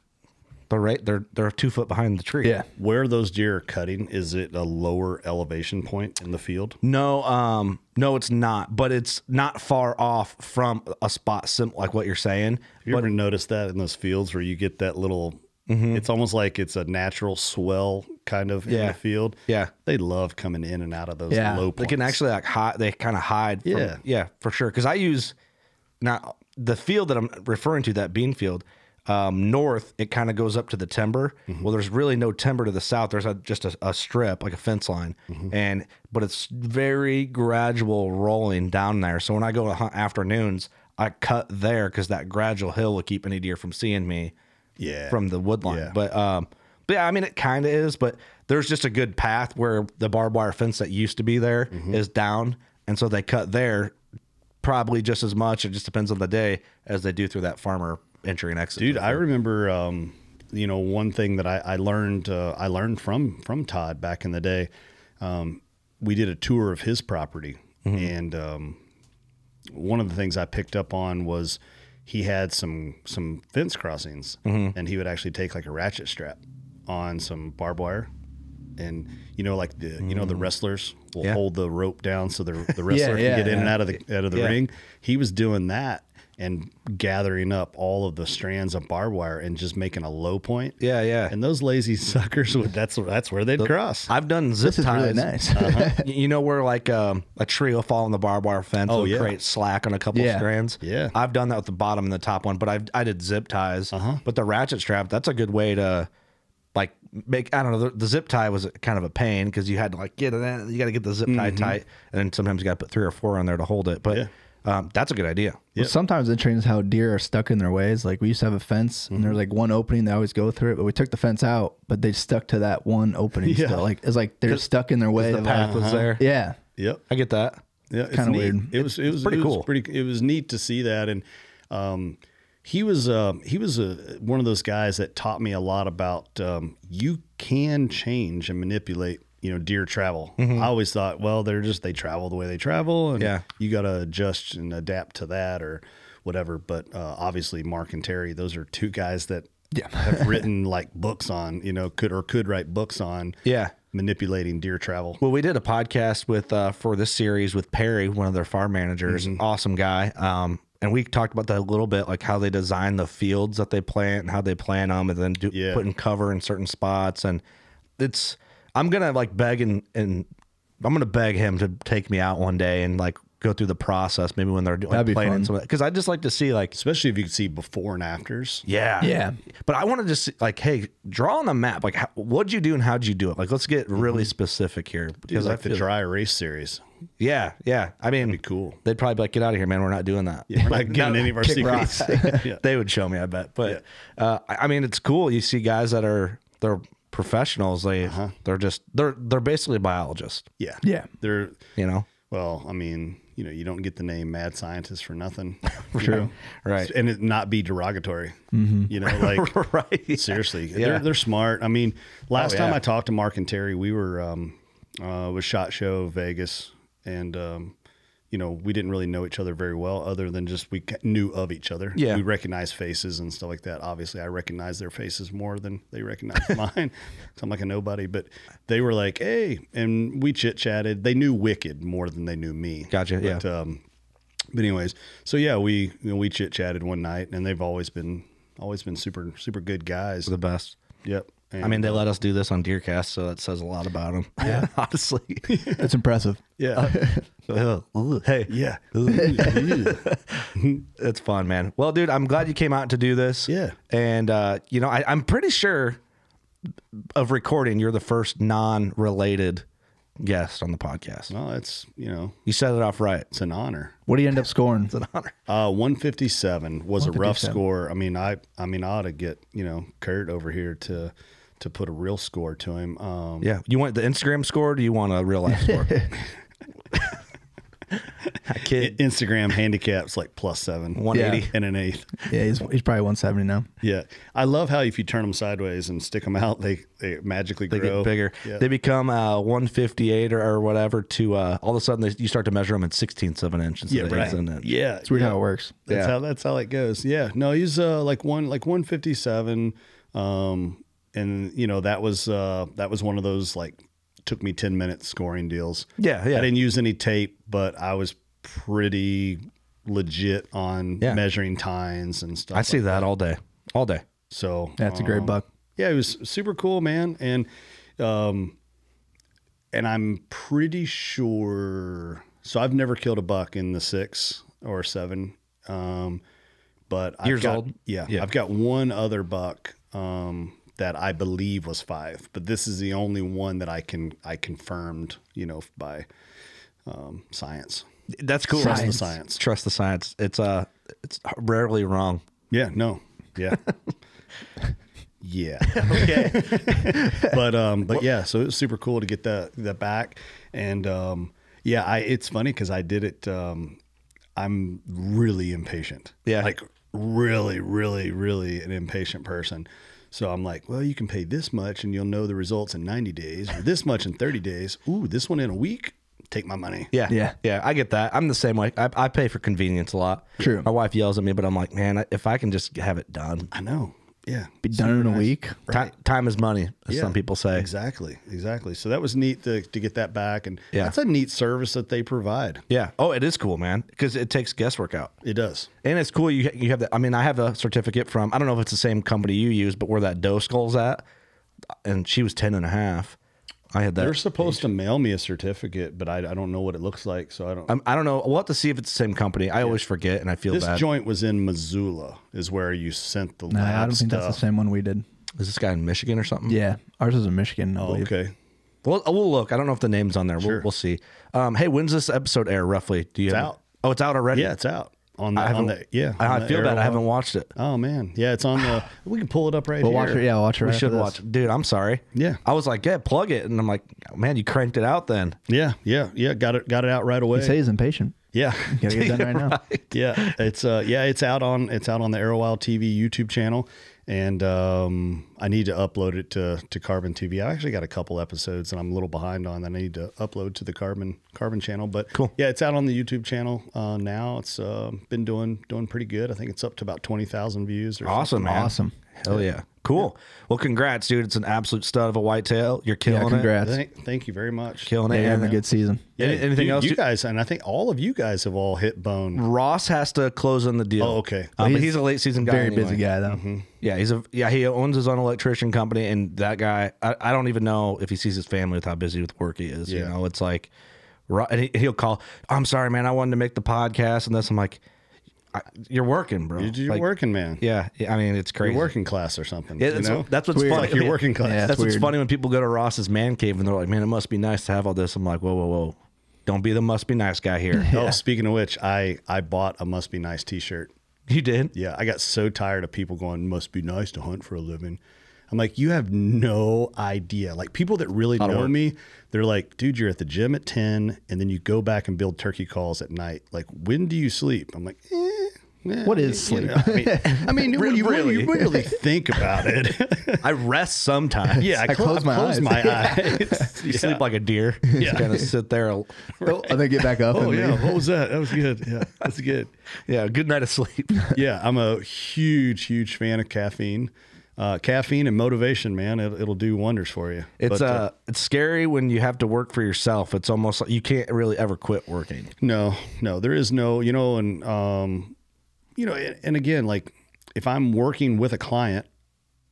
A: they're right. They're they're two foot behind the tree.
B: Yeah.
C: Where those deer are cutting, is it a lower elevation point in the field?
A: No, um, no, it's not. But it's not far off from a spot sim- like what you're saying.
C: Have you ever noticed that in those fields where you get that little? It's almost like it's a natural swell kind of in
A: Yeah.
C: the field.
A: Yeah.
C: They love coming in and out of those
B: Yeah.
C: low
A: They
C: points.
A: can actually like hide. They kind of hide. From,
C: Yeah.
A: yeah, for sure. Because I use now the field that I'm referring to, that bean field. Um, north, it kind of goes up to the timber.
C: Mm-hmm.
A: Well, there's really no timber to the south. There's a, just a, a strip, like a fence line,
C: Mm-hmm.
A: and but it's very gradual rolling down there. So when I go to hunt afternoons, I cut there because that gradual hill will keep any deer from seeing me
C: yeah.
A: from the wood line.
C: Yeah.
A: But um, but yeah, I mean, it kind of is. But there's just a good path where the barbed wire fence that used to be there is down, and so they cut there probably just as much. It just depends on the day as they do through that farmer entry and exit.
C: dude i remember um, you know one thing that i, I learned uh, i learned from from todd back in the day um, we did a tour of his property
B: Mm-hmm.
C: and um, one of the things i picked up on was he had some some fence crossings
B: Mm-hmm.
C: and he would actually take like a ratchet strap on some barbed wire and you know like the you know the wrestlers will
A: Yeah.
C: hold the rope down so the, the wrestler
B: Mm. yeah,
C: can get in
B: yeah.
C: and out of the out of the
A: Yeah.
C: ring. He was doing that and gathering up all of the strands of barbed wire and just making a low point.
A: Yeah, yeah.
C: And those lazy suckers would that's that's where they'd cross.
A: I've done zip
B: This is
A: ties. Uh-huh.
B: really nice.
A: Y- you know where like um, a tree will fall on the barbed wire fence
C: Oh,
A: and
C: yeah.
A: create slack on a couple
B: Yeah.
A: strands
C: Yeah.
A: i've done that with the bottom and the top one but i've i did zip ties uh-huh. but the ratchet strap that's a good way to like make i don't know the, the zip tie was kind of a pain because you had to like get it in, you got to get the zip tie tight and then sometimes you got to put three or four on there to hold it but
C: Mm-hmm. Yeah.
A: um, that's a good idea
C: Yep.
B: Sometimes it trains how deer are stuck in their ways. Like we used to have a fence, and
A: Mm-hmm.
B: there's like one opening. They always go through it, but we took the fence out, but they stuck to that one opening.
C: Yeah.
B: Still, like it's like they're stuck in their way.
A: the
B: of,
A: path
B: like-
A: was there
B: yeah,
C: yep.
A: i get that
C: Yeah, it's
B: Kinda
C: neat.
B: weird.
C: It was it was
A: pretty
C: it was
A: cool.
C: Pretty, it was neat to see that, and um, he was um he was a, one of those guys that taught me a lot about um, you can change and manipulate. You know, deer travel. I always thought, well, they're just they travel the way they travel, and
A: Mm-hmm. Yeah.
C: you got to adjust and adapt to that or whatever. But uh, obviously, Mark and Terry, those are two guys that have written like books on, you know, could or could write books on
A: yeah
C: manipulating deer travel.
A: Well, we did a podcast with uh, for this series with Perry, one of their farm managers,
B: Mm-hmm.
A: awesome guy. Um, and we talked about that a little bit, like how they design the fields that they plant and how they plant them, and then do,
C: Yeah.
A: putting cover in certain spots. And it's I'm gonna like beg and and I'm gonna beg him to take me out one day and like go through the process. Maybe when they're doing
B: That'd be
A: planting
B: fun.
A: some because I just like to see like
C: Especially if you could see before and afters.
A: yeah.
B: Yeah.
A: But I want to just like, hey, draw on a map. Like, how, what'd you do and how'd you do it? Like, let's get really
B: Mm-hmm.
A: specific here
C: Dude,
A: because
C: like
A: I
C: the
A: feel-
C: dry erase series.
A: Yeah, yeah. I mean,
C: be cool.
A: They'd probably be like, "Get out of here, man. We're not doing that."
C: We're not getting any of our
A: kick
C: secrets.
A: rocks. They would show me, I bet. But uh, I I mean, it's cool. You see guys that are they're professionals. They
C: Uh-huh.
A: they're just they're they're basically biologists.
C: yeah.
B: Yeah.
C: They're
A: You know,
C: well, I mean, you know, you don't get the name mad scientist for nothing.
B: true.
A: right?
C: And it not be derogatory. You know, like
A: right. yeah.
C: seriously.
A: Yeah.
C: They're they're smart. I mean, last
A: Oh,
C: time
A: yeah.
C: I talked to Mark and Terry, we were um uh with Shot Show Vegas and um you you know, we didn't really know each other very well, other than just we ca- knew of each other.
A: Yeah.
C: we recognized faces and stuff like that. Obviously, I recognized their faces more than they recognized mine. So I'm like a nobody, but they were like, "Hey," and we chit chatted. They knew Wicked more than they knew me.
A: Gotcha,
C: But, Um, but anyways, so yeah, we you know, we chit chatted one night, and they've always been always been super super good guys.
A: the best.
C: Yep. And,
A: I mean, they let us do this on Deercast, so that says a lot about them. Yeah, honestly.
B: It's impressive.
C: yeah,
A: uh, hey,
C: yeah,
A: It's fun, man. Well, dude, I'm glad you came out to do this.
C: Yeah.
A: And, uh, you know, I, I'm pretty sure of recording, you're the first non related guest on the podcast.
C: well, it's you know,
A: You set it off right.
C: it's an honor.
B: What do you end up scoring?
C: Uh, 157 was a rough
B: 157.
C: score. I mean, I I mean, I ought to get you know Kurt over here to to put a real score to him. Um,
A: Yeah. You want the Instagram score? Or do you want a real life score? I
C: I-
A: kid.
C: Instagram handicaps like plus seven,
A: 180.
C: and an eighth.
B: Yeah, he's, he's probably 170 now.
C: Yeah, I love how if you turn them sideways and stick them out, they they magically
A: They
C: grow
A: get bigger.
C: Yeah.
A: They become uh, 158 or, or whatever. To uh, all of a sudden, they, you start to measure them in sixteenths of an inch
C: yeah,
A: instead of
C: right.
A: eighths of an inch.
C: Yeah,
B: It's weird how it works.
C: That's
A: Yeah.
C: how that's how it goes. Yeah. No, he's uh like one like one fifty seven. Um and you know, that was uh that was one of those like took me ten minutes scoring deals.
A: Yeah, yeah.
C: I didn't use any tape, but I was pretty legit on
A: Yeah.
C: measuring tines and stuff.
A: I see that all day, all day.
C: So
B: That's a great
C: um,
B: buck.
C: yeah, it was super cool, man. And um and I'm pretty sure so I've never killed a buck in the six or seven. Um but I've
A: Years
C: got-
A: old?
C: Yeah,
A: Yeah.
C: I've got one other buck um that I believe was five, but this is the only one that I can I confirmed, you know, by um science.
A: That's cool.
C: Trust the science.
A: Trust the science. It's uh, it's rarely wrong.
C: Yeah, no. Yeah. yeah. but um but yeah, so it was super cool to get that that back and um yeah, I it's funny cuz I did it um I'm really impatient.
A: Yeah.
C: Like really really really an impatient person. So I'm like, well, you can pay this much and you'll know the results in 90 days or this much in 30 days. Ooh, this one in a week. Take my money.
A: Yeah,
B: Yeah.
A: yeah. I get that. I'm the same way. I, I pay for convenience a lot.
B: True.
A: My wife yells at me, but I'm like, man, I- if I can just have it done,
C: I know. Yeah.
B: Be done in a week.
A: Ti- time is money, as some people say.
C: Exactly, exactly. So that was neat to, to get that back, and
A: Yeah.
C: that's a neat service that they provide.
A: Yeah. Oh, it is cool, man, because it takes guesswork out.
C: It does.
A: And it's cool. You you have that. I mean, I have a certificate from. I don't know if it's the same company you use, but where that dough skull's at, and she was ten and a half. I had that.
C: They're supposed to mail me a certificate, but I, I don't know what it looks like, so I don't.
A: I'm, I don't know. We'll have to see if it's the same company. I always forget, and I feel
C: this
A: bad.
C: joint was in Missoula, is where you sent the lab
B: Nah, I don't think
C: stuff.
B: that's the same one we did.
A: is this guy in Michigan or something?
B: Yeah, ours was in Michigan. I
C: Oh,
B: believe.
C: okay,
A: Well, uh, we'll look. I don't know if the name's on there. We'll,
C: Sure.
A: we'll see. Um, hey, when's this episode air roughly? Do you? It's
C: out.
A: Oh, it's out already.
C: yeah, it's out on the,
A: I haven't.
C: on the yeah.
A: I,
C: on
A: I
C: the
A: feel bad. I
C: Arrow.
A: haven't watched it.
C: Oh man, yeah, it's on the. we can pull it up right
B: We'll
C: here.
B: watch it. Yeah, we'll watch it.
A: We
B: right
A: should
B: after
A: watch, it. dude. I'm sorry.
C: Yeah.
A: I was like, yeah, plug it, and I'm like, man, you cranked it out then.
C: yeah, yeah, yeah. Got it, got it out right away.
B: This. Say he's impatient.
C: yeah,
B: Gotta get it done right now.
C: yeah it's uh yeah it's out on it's out on the Arrowwild TV YouTube channel and um I need to upload it to to Carbon TV. I actually got a couple episodes and I'm a little behind on that I need to upload to the Carbon Carbon channel but
A: Cool.
C: yeah it's out on the YouTube channel uh now it's uh, been doing doing pretty good. I think it's up to about 20,000 views or
A: Awesome, man.
B: Awesome.
A: Hell yeah. Cool. Well, congrats, dude. It's an absolute stud of a whitetail. You're killing
B: Yeah,
A: it.
B: congrats.
C: something. Thank, thank you very much.
A: Killing it.
B: They're having a
A: And
B: good season.
C: Yeah,
A: Any- anything
C: you-
A: else?
C: You
A: You-
C: guys and I think all of you guys have all hit bone.
A: Ross has to close on the deal.
C: Oh, okay.
A: Uh, but
B: He's
A: he's a late season guy.
B: Very
A: anyway.
B: busy guy though.
C: Mm-hmm.
A: Yeah, he's a yeah. He owns his own electrician company, and that guy, I, I don't even know if he sees his family with how busy with work he is. You
C: Yeah.
A: know, it's like, ru- and he, he'll call. I'm sorry, man. I wanted to make the podcast, and this. I'm like, I, you're working, bro.
C: You're
A: Like,
C: working man.
A: Yeah, yeah, I mean, it's crazy.
C: You're working class or something.
A: Yeah,
C: you
A: that's,
C: know?
A: that's what's
B: It's weird.
A: funny.
C: like you're working class.
B: Yeah.
A: That's
B: That's
A: what's
B: weird.
A: funny when people go to Ross's man cave and they're like, "Man, it must be nice to have all this." I'm like, "Whoa, whoa, whoa! Don't be the must be nice guy here."
C: Oh, speaking of which, I I bought a must be nice T-shirt.
A: Oh, you did?
C: Yeah, I got so tired of people going must be nice to hunt for a living. I'm like, you have no idea. Like people that really know me, they're like, dude, you're at the gym at ten, and then you go back and build turkey calls at night. Like, when do you sleep? I'm like, eh,
B: what is sleep?
C: I mean, I mean when, you, when you really think about it,
A: I rest sometimes.
C: yeah, I, clo-
B: close
C: I
B: my
C: close
B: eyes.
C: my eyes.
A: You sleep like a deer. You Just kind of sit there. a-
B: Oh, and then get back up.
C: Oh
B: and
C: yeah,
B: leave.
C: what was that? That was good. Yeah, that's good.
A: Yeah, good night of sleep.
C: Yeah, I'm a huge, huge fan of caffeine. Uh, caffeine and motivation, man, it, it'll do wonders for you.
A: It's
C: But,
A: uh, it's scary when you have to work for yourself. It's almost like you can't really ever quit working.
C: No, no, there is no, you know, and um, you know, and, and again, like if I'm working with a client,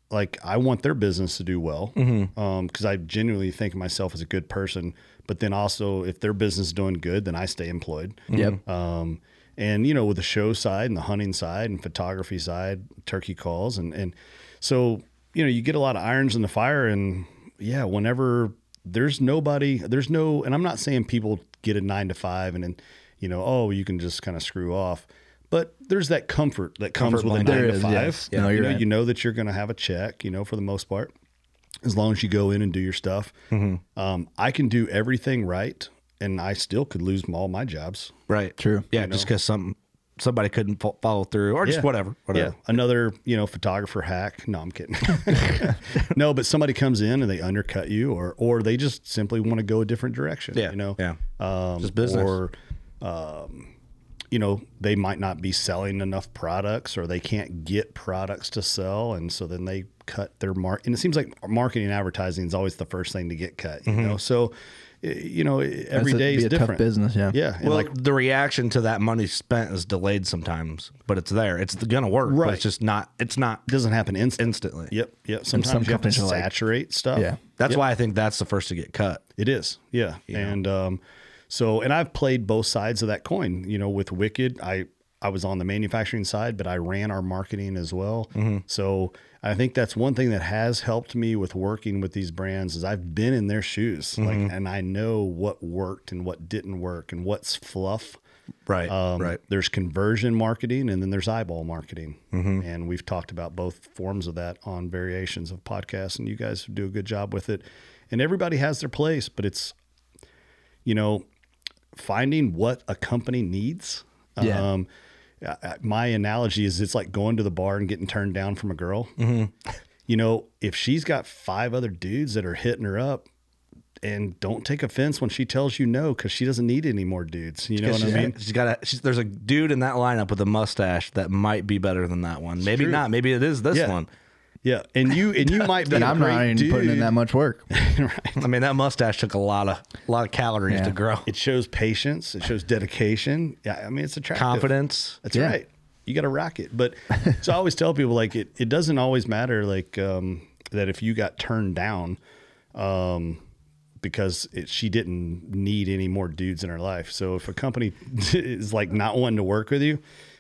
C: like I want their business to do well, because I genuinely think of myself as a good person. But then also, if their business is doing good, then I stay employed.
B: Yep.
C: Um, and you know, with the show side and the hunting side and photography side, turkey calls and and so you know, you get a lot of irons in the fire. And yeah, whenever there's nobody, there's no, and I'm not saying people get a nine to five and then you know, oh, you can just kind of screw off. But there's that comfort that comes with a
B: blanket.
C: nine
B: There
C: to
B: is,
C: five.
B: yes. No,
C: you
B: you're
C: know,
B: right.
C: you know that you're going to have a check. You know, for the most part as long as you go in and do your stuff.
B: Mm-hmm.
C: Um, I can do everything right, and I still could lose all my jobs.
A: Right.
B: True.
A: Yeah, just because some somebody couldn't fo- follow through or just
C: Yeah.
A: whatever. Whatever.
C: Yeah, another you know photographer hack. No, I'm kidding. no, but somebody comes in and they undercut you, or or they just simply want to go a different direction.
A: Yeah,
C: you know,
A: yeah.
C: um,
A: Just business.
C: Or, um, you know, they might not be selling enough products, or they can't get products to sell, and so then they cut their mark. And it seems like marketing and advertising is always the first thing to get cut. You
A: Mm-hmm.
C: know, so eh, you know every
B: That's a-
C: day
B: be
C: is
B: a
C: different.
B: tough business. Yeah.
C: Yeah, and
A: Well,
C: like
A: the reaction to that money spent is delayed sometimes, but it's there. It's gonna work. But
C: Right.
A: it's just not. It's not
C: doesn't happen instantly.
A: instantly.
C: Yep, yep. Sometimes
B: some
C: you have to
B: companies are like-
C: saturate stuff.
B: Yeah.
A: That's why I think that's the first to get cut.
C: It is, yeah. And um, so, and I've played both sides of that coin. You know, with Wicked, I I was on the manufacturing side, but I ran our marketing as well.
B: Mm-hmm.
C: So I think that's one thing that has helped me with working with these brands is I've been in their shoes, like,
B: Mm-hmm.
C: and I know what worked and what didn't work and what's fluff.
A: Right.
C: Um,
A: right.
C: There's conversion marketing and then there's eyeball marketing.
A: Mm-hmm.
C: And we've talked about both forms of that on variations of podcasts, and you guys do a good job with it. And everybody has their place, but it's, you know, finding what a company needs.
B: Yeah.
C: Um, I- I- my analogy is it's like going to the bar and getting turned down from a girl.
A: Mm-hmm.
C: You know, if she's got five other dudes that are hitting her up, and don't take offense when she tells you no because she doesn't need any more dudes. You know what I
A: She's
C: mean?
A: got- she's got a. She's, there's a dude in that lineup with a mustache that might be better than that one. Maybe
C: true.
A: not. Maybe it is this
C: Yeah.
A: one.
C: Yeah, and you and you might be.
B: And
C: a
B: I'm not
C: great
B: even
C: dude.
B: putting in that much work.
A: I mean, that mustache took a lot of a lot of calories
B: Yeah.
A: to grow.
C: It shows patience. It shows dedication. Yeah, I mean it's attractive.
A: Confidence.
C: That's
B: Yeah.
C: right. You got to rock it. But so I always tell people like it. It doesn't always matter like um, that if you got turned down um, because it, she didn't need any more dudes in her life. So if a company is like not wanting to work with you,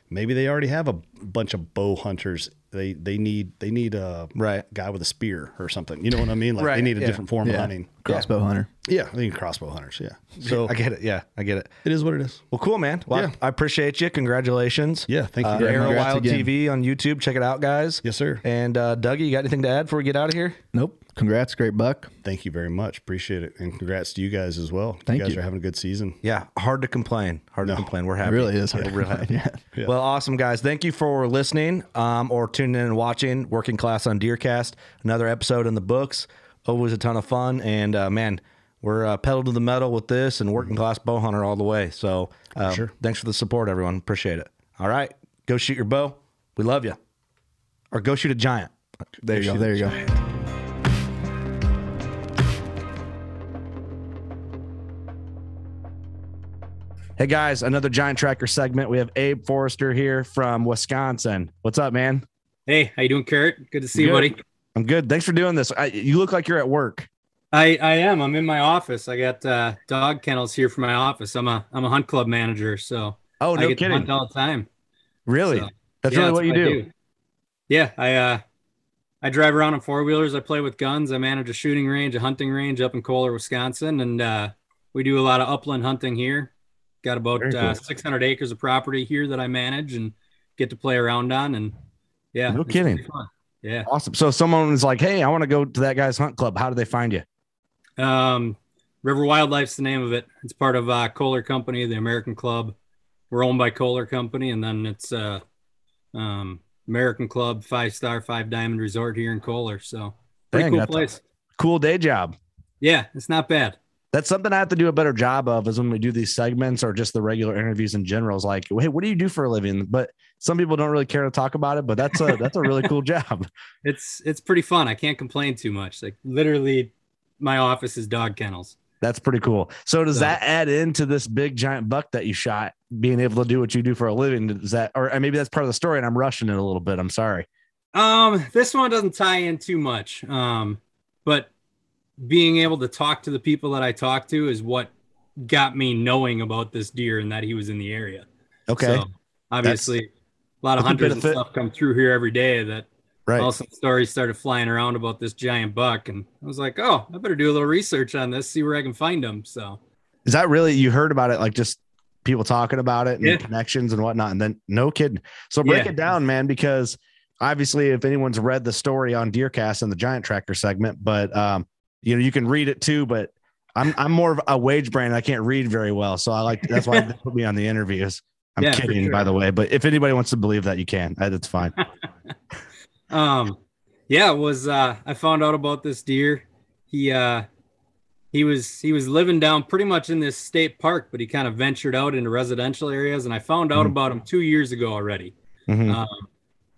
C: maybe they already have a bunch of bow hunters. They they need they need a
A: Right.
C: guy with a spear or something. You know what I mean? Like
A: Right,
C: they need a
A: yeah.
C: different form
B: Yeah.
C: of hunting.
B: Crossbow hunter.
C: Yeah, I think crossbow hunters. Yeah. So
A: I get it. Yeah, I get it.
C: it is what it is.
A: Well, cool, man. Well, I-
C: Yeah.
A: I, appreciate you. Congratulations.
C: Yeah, thank you
A: Uh,
C: very
A: Arrow
B: much.
A: Wild
B: Congrats
A: TV on YouTube. Check it out, guys.
C: Yes, sir.
A: And uh, Dougie, you got anything to add before we get out of here?
B: Nope. Congrats. Great buck.
C: Thank you very much. Appreciate it. And congrats to you guys as well.
B: Thank
C: you guys
B: you.
C: are having a good season.
A: Yeah, hard to complain. Hard to complain. We're happy.
B: It really is hard.
A: We're real happy.
B: Yeah.
C: Yeah.
A: Well, awesome, guys. Thank you for listening um, or tuning in and watching Working Class on Deercast. Another episode in the books. Always a ton of fun. And uh, man, we're uh, pedal to the metal with this and Working Class Bow Hunter all the way. So uh,
C: Sure.
A: thanks for the support, everyone. Appreciate it. All right. Go shoot your bow. We love you. Or go shoot a giant.
B: There you go. There you go.
A: Hey, guys, another Giant Tracker segment. We have Abe Forrester here from Wisconsin. What's up, man?
D: Hey, how you doing, Kurt? Good to see you,
A: Good.
D: buddy.
A: I'm good. Thanks for doing this. I, you look like you're at work.
D: I, I am. I'm in my office. I got uh, dog kennels here for my office. I'm a I'm a hunt club manager, so
A: Oh,
D: I
A: no
D: get to
A: kidding.
D: hunt all the time.
A: Really?
D: So,
A: that's
D: Yeah,
A: really what you
D: I
A: do.
D: Yeah, I uh, I drive around on four wheelers. I play with guns. I manage a shooting range, a hunting range up in Kohler, Wisconsin, and uh, we do a lot of upland hunting here. Got about
A: Very
D: uh,
A: cool.
D: 600 acres of property here that I manage and get to play around on. And yeah,
A: No
D: it's
A: kidding.
D: pretty fun. Yeah.
A: Awesome. So if someone was like, "Hey, I want to go to that guy's hunt club." How do they find you?
D: Um, River Wildlife's the name of it. It's part of uh, Kohler Company, the American Club. We're owned by Kohler Company, and then it's uh, um, American Club, five star, five diamond resort here in Kohler. So pretty
A: Dang,
D: cool
A: that's a-
D: place.
A: Cool day job.
D: Yeah, it's not bad.
A: That's something I have to do a better job of is when we do these segments or just the regular interviews in general. Is like, hey, what do you do for a living? But some people don't really care to talk about it. But that's a that's a really cool job.
D: It's it's pretty fun. I can't complain too much. Like literally, my office is dog kennels.
A: That's pretty cool. So does
D: So-
A: that add into this big giant buck that you shot? Being able to do what you do for a living does that, or uh, maybe that's part of the story, and I'm rushing it a little bit. I'm sorry.
D: Um, this one doesn't tie in too much. Um, but being able to talk to the people that I talk to is what got me knowing about this deer and that he was in the area.
A: Okay,
D: So obviously, a lot
A: that's
D: of
A: a
D: hunters and
A: benefit.
D: stuff come through here every day that
A: right.
D: awesome stories started flying around about this giant buck. And I was like, oh, I better do a little research on this, see where I can find him. So,
A: Is that really you heard about it? Like just people talking about it and
D: Yeah.
A: connections and whatnot. And then no kidding. So break
D: Yeah.
A: it down, man, because obviously if anyone's read the story on Deercast and the Giant Tracker segment, but um, you know you can read it too. But I'm I'm more of a wage brand. I can't read very well, so I like that's why they put me on the interviews. I'm
D: Yeah, for
A: kidding,
D: sure.
A: by the way. But if anybody wants to believe that, you can. Uh, That's fine.
D: um, yeah, it was, uh, I found out about this deer. He, uh, he was he was living down pretty much in this state park, but he kind of ventured out into residential areas. And I found out
A: Mhm.
D: about him two years ago already.
A: Mhm.
D: Um,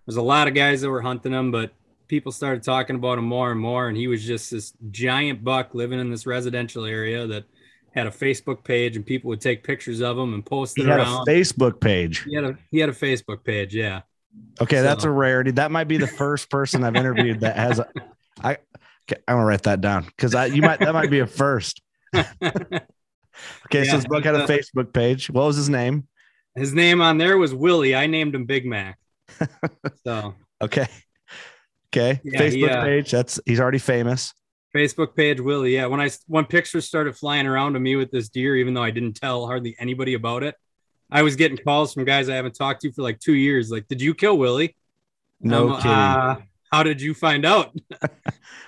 D: there's a lot of guys that were hunting him, but people started talking about him more and more. And he was just this giant buck living in this residential area that had a Facebook page, and people would take pictures of him and post
A: He
D: it
A: had a
D: around.
A: Facebook page.
D: he had a he had a Facebook page, yeah.
A: Okay, that's
D: So-
A: a rarity. That might be the first person I've interviewed that has a. I okay, I'm gonna write that down because I you might that might be a first. okay,
D: Yeah.
A: so this book had a
D: Uh,
A: Facebook page. What was his name?
D: His name on there was Willie. I named him Big Mac. so
A: Okay, okay,
D: Yeah,
A: Facebook
D: he, uh,
A: page. That's he's already famous.
D: Facebook page Willie, yeah. When I when pictures started flying around to me with this deer, even though I didn't tell hardly anybody about it, I was getting calls from guys I haven't talked to for like two years. Like, did you kill Willie?
A: No
D: Um,
A: kidding.
D: uh, how did you find out?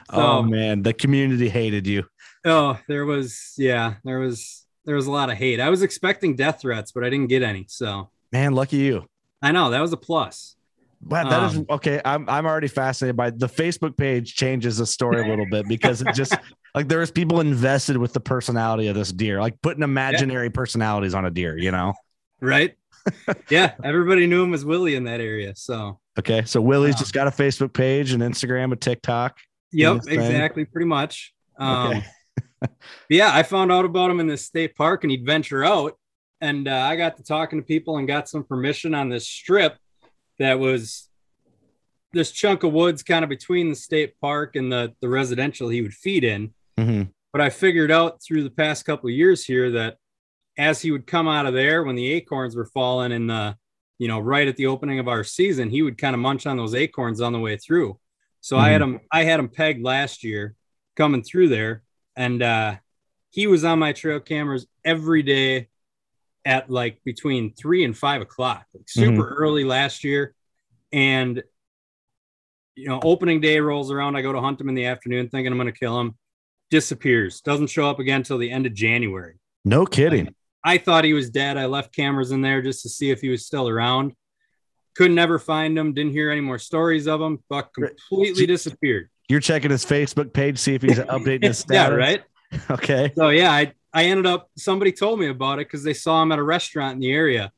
A: oh
D: so-
A: man, the community hated you.
D: Oh, there was yeah, there was there was a lot of hate. I was expecting death threats, but I didn't get any. So
A: Man, lucky you.
D: I know that was a plus.
A: But that is
D: Um,
A: okay. I'm I'm already fascinated by the Facebook page changes the story a little bit because it just like there is people invested with the personality of this deer, like putting imaginary personalities on a deer, you know.
D: Right? yeah, everybody knew him as Willie in that area. So
A: Okay, so Willie's
D: Um,
A: just got a Facebook page, an Instagram, a TikTok.
D: yep,
A: this thing?
D: exactly, pretty much. Um
A: Okay.
D: yeah, I found out about him in this state park and he'd venture out. And uh, I got to talking to people and got some permission on this strip that was this chunk of woods kind of between the state park and the, the residential he would feed in.
A: Mhm.
D: But I figured out through the past couple of years here that as he would come out of there when the acorns were falling in the, you know, right at the opening of our season, he would kind of munch on those acorns on the way through. So I had him, I had him pegged last year coming through there. And uh, he was on my trail cameras every day at like between three and five o'clock, like
A: Mm-hmm.
D: super early last year. And you know, opening day rolls around. I go to hunt him in the afternoon, thinking I'm going to kill him. Disappears. Doesn't show up again till the end of January.
A: No kidding.
D: I thought he was dead. I left cameras in there just to see if he was still around. Couldn't ever find him. Didn't hear any more stories of him. Buck completely disappeared.
A: You're checking his Facebook page, see if he's updating his
D: yeah,
A: status.
D: right.
A: Okay.
D: So yeah, I I ended up. Somebody told me about it because they saw him at a restaurant in the area,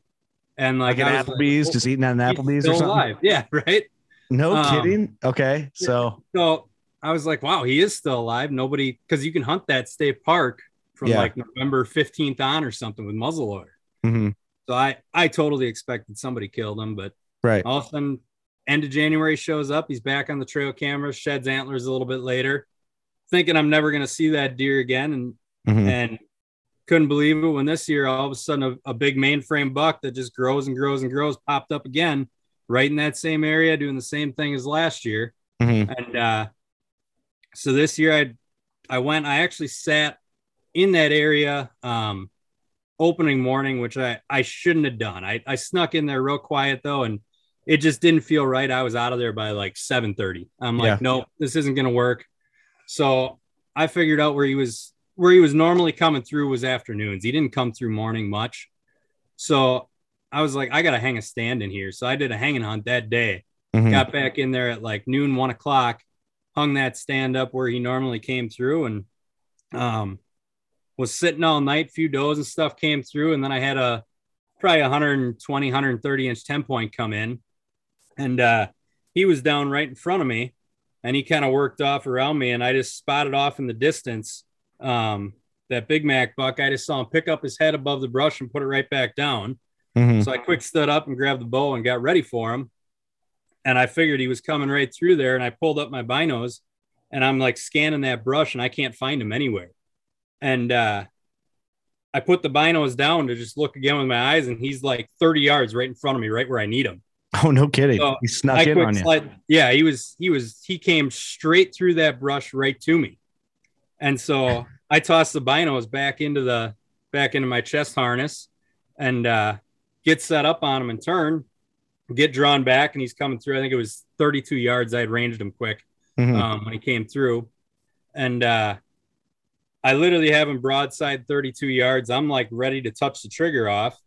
D: and like,
A: Like an
D: I was
A: Applebee's,
D: like,
A: just eating at an
D: "Oh, he's
A: Applebee's
D: still
A: or something.
D: alive. Yeah, right.
A: No
D: Um,
A: kidding. Okay. So
D: So I was like, wow, he is still alive. Nobody, because you can hunt that state park from
A: Yeah.
D: like November 15th on or something with muzzleloader.
A: mhm,
D: So I, I totally expected somebody killed him, but
A: right.
D: all of a sudden, end of January shows up. He's back on the trail camera, sheds antlers a little bit later, thinking I'm never going to see that deer again. And,
A: mhm.
D: and couldn't believe it when this year, all of a sudden, a, a big mainframe buck that just grows and grows and grows popped up again, right in that same area, doing the same thing as last year
A: Mhm.
D: and uh, so this year I I went I actually sat in that area um, opening morning which I I shouldn't have done I I snuck in there real quiet though and it just didn't feel right I was out of there by like 7:30 I'm like
A: Yeah.
D: no this isn't gonna work so I figured out where he was where he was normally coming through was afternoons he didn't come through morning much so I was like, I gotta hang a stand in here. So I did a hanging hunt that day.
A: Mhm.
D: Got back in there at like noon, one o'clock, hung that stand up where he normally came through and um was sitting all night, few does and stuff came through, and then I had a probably 120, 130 inch 10 point come in. And uh he was down right in front of me and he kind of worked off around me and I just spotted off in the distance um that Big Mac buck. I just saw him pick up his head above the brush and put it right back down.
A: Mhm.
D: So I quick stood up and grabbed the bow and got ready for him. And I figured he was coming right through there. And I pulled up my binos and I'm like scanning that brush and I can't find him anywhere. And uh, I put the binos down to just look again with my eyes. And he's like 30 yards right in front of me, right where I need him.
A: Oh no, kidding!
D: So
A: he snuck
D: I
A: in
D: quick
A: on you.
D: slide- Yeah, he was, he was, he came straight through that brush right to me. And so I tossed the binos back into the, back into my chest harness and uh, get set up on him and turn, get drawn back, and he's coming through. I think it was 32 yards. I had ranged him quick
A: Mhm.
D: um, when he came through, and uh, I literally have him broadside 32 yards. I'm like ready to touch the trigger off,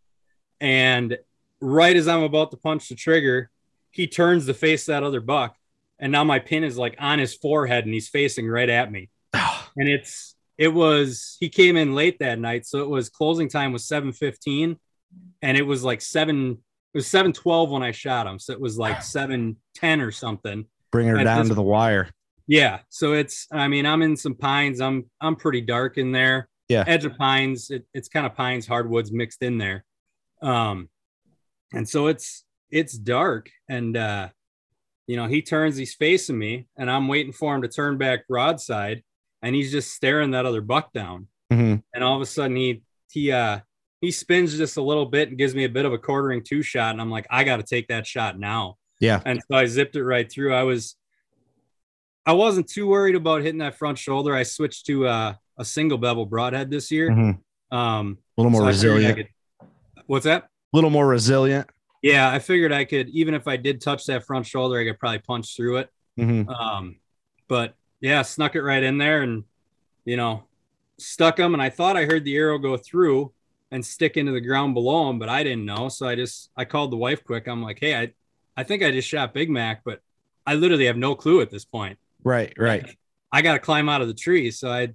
D: and right as I'm about to punch the trigger, he turns to face that other buck, and now my pin is like on his forehead, and he's facing right at me, and it's. It was he came in late that night, so it was closing time was seven fifteen, and it was like seven it was seven twelve when I shot him, so it was like seven ten or something.
A: Bring her
D: at
A: down
D: this-
A: to the wire.
D: Yeah, so it's I mean I'm in some pines. I'm I'm pretty dark in there.
A: Yeah.
D: edge of pines. It, it's kind of pines hardwoods mixed in there, um, and so it's it's dark and uh, you know he turns he's facing me and I'm waiting for him to turn back broadside and he's just staring that other buck down
A: Mhm.
D: and all of a sudden he he uh he spins just a little bit and gives me a bit of a quartering two shot and i'm like i gotta take that shot now
A: Yeah.
D: and so i zipped it right through i was i wasn't too worried about hitting that front shoulder i switched to uh, a single bevel broadhead this year
A: Mhm.
D: um
A: A little more
D: so I figured I
A: resilient. A
D: could- what's that
A: little more resilient.
D: yeah i figured i could even if i did touch that front shoulder i could probably punch through it
A: Mhm.
D: um, but yeah, snuck it right in there and, you know, stuck him. And I thought I heard the arrow go through and stick into the ground below him, but I didn't know. So I just, I called the wife quick. I'm like, Hey, I, I think I just shot Big Mac, but I literally have no clue at this point.
A: Right. Right.
D: I got to climb out of the tree. So I,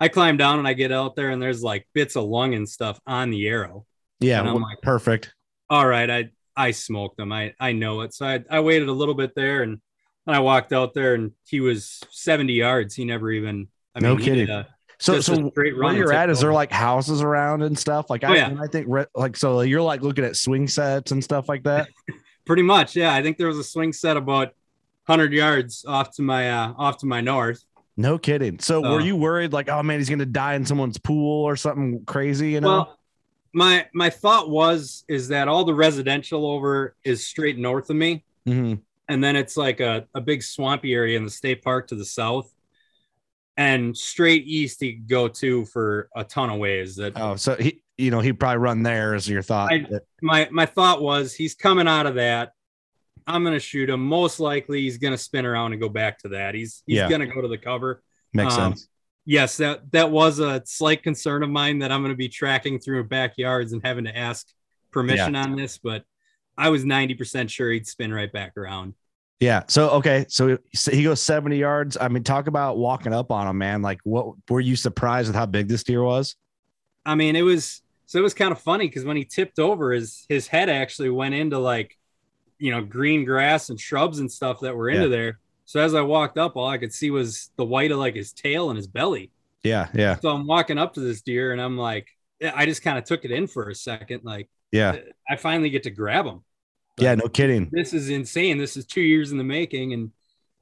D: I climb down and I get out there and there's like bits of lung and stuff on the arrow
A: Yeah.
D: And um, I'm
A: w-
D: like-
A: perfect.
D: all right, I I smoked him. I I know it. So I I waited a little bit there and and I walked out there and he was 70 yards. He never even I
A: No
D: mean, he did
A: kidding.
D: a-
A: So,
D: just a
A: so
D: straight
A: where
D: run
A: you're
D: and
A: at
D: tipped
A: is there
D: over.
A: like houses around and stuff like I,
D: Oh, yeah.
A: and I think re- like so you're like looking at swing sets and stuff like that.
D: pretty much. Yeah, I think there was a swing set about 100 yards off to my uh off to my north.
A: No kidding. So were
D: Uh.
A: you worried like oh man he's gonna die in someone's pool or something crazy? You know.
D: Well, my my thought was is that all the residential over is straight north of me.
A: Mhm.
D: and then it's like a, a big swampy area in the state park to the south and straight east you could go to for a ton of ways that
A: Oh, so he you know he'd probably run there is your thought.
D: I- my my thought was he's coming out of that i'm going to shoot him most likely he's going to spin around and go back to that he's he's
A: Yeah.
D: going to go to the cover
A: Makes
D: um,
A: sense.
D: yes that that was a slight concern of mine that i'm going to be tracking through backyards and having to ask permission on this but i was 90% sure he'd spin right back around
A: Yeah. So okay. So so he goes 70 yards. I mean, talk about walking up on him, man. Like what were you surprised with how big this deer was?
D: I mean, it was so it was kind of funny because when he tipped over, his his head actually went into like, you know, green grass and shrubs and stuff that were into
A: Yeah.
D: there. So as I walked up, all I could see was the white of like his tail and his belly.
A: Yeah, yeah,
D: So I'm walking up to this deer and I'm like, I just kind of took it in for a second. Like
A: yeah.
D: I finally get to grab him
A: Yeah, no kidding.
D: this is insane. This is two years in the making. And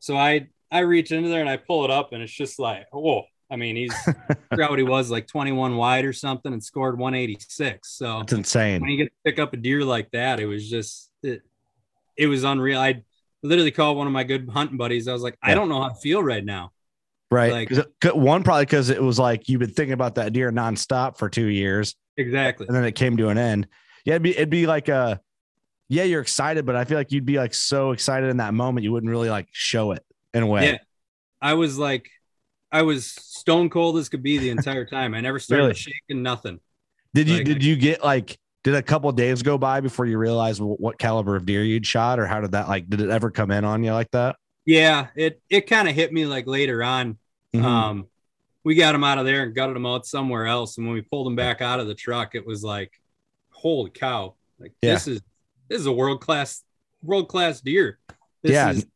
D: so I I reach into there and I pull it up and it's just like, whoa. I mean, he's I forgot what he was like 21 wide or something and scored 186. So
A: That's insane.
D: when you get to pick up a deer like that, it was just it, it was unreal. I literally called one of my good hunting buddies. I was like, I
A: Yeah.
D: don't know how to feel right now.
A: Right.
D: Like-
A: 'Cause it- 'cause- one, probably because it was like you've been thinking about that deer nonstop for two years
D: Exactly.
A: and then it came to an end. Yeah, it'd be, it'd be like, uh, yeah, you're excited, but I feel like you'd be like so excited in that moment, you wouldn't really like show it in a way.
D: Yeah. I was like, I was stone cold as could be the entire time. I never started
A: Really?
D: shaking nothing.
A: Did you,
D: Like-
A: did you get like, Did a couple days go by before you realized wh- what caliber of deer you'd shot, or how did that like? Did it ever come in on you like that?
D: Yeah, it it kind of hit me like later on.
A: Mhm.
D: Um, we got him out of there and gutted him out somewhere else. And when we pulled him back out of the truck, it was like, holy cow! Like
A: Yeah.
D: this is this is a world class world class deer. This
A: Yeah.
D: is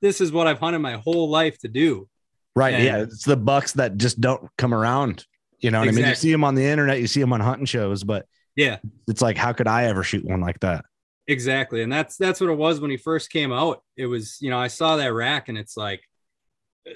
D: this is what I've hunted my whole life to do.
A: Right.
D: And-
A: yeah. It's the bucks that just don't come around. You know what I mean? You
D: Exactly.
A: see them on the internet, you see them on hunting shows, but
D: Yeah,
A: it's like, how could I ever shoot one like that?
D: exactly. And that's that's what it was when he first came out. It was you know I saw that rack and it's like,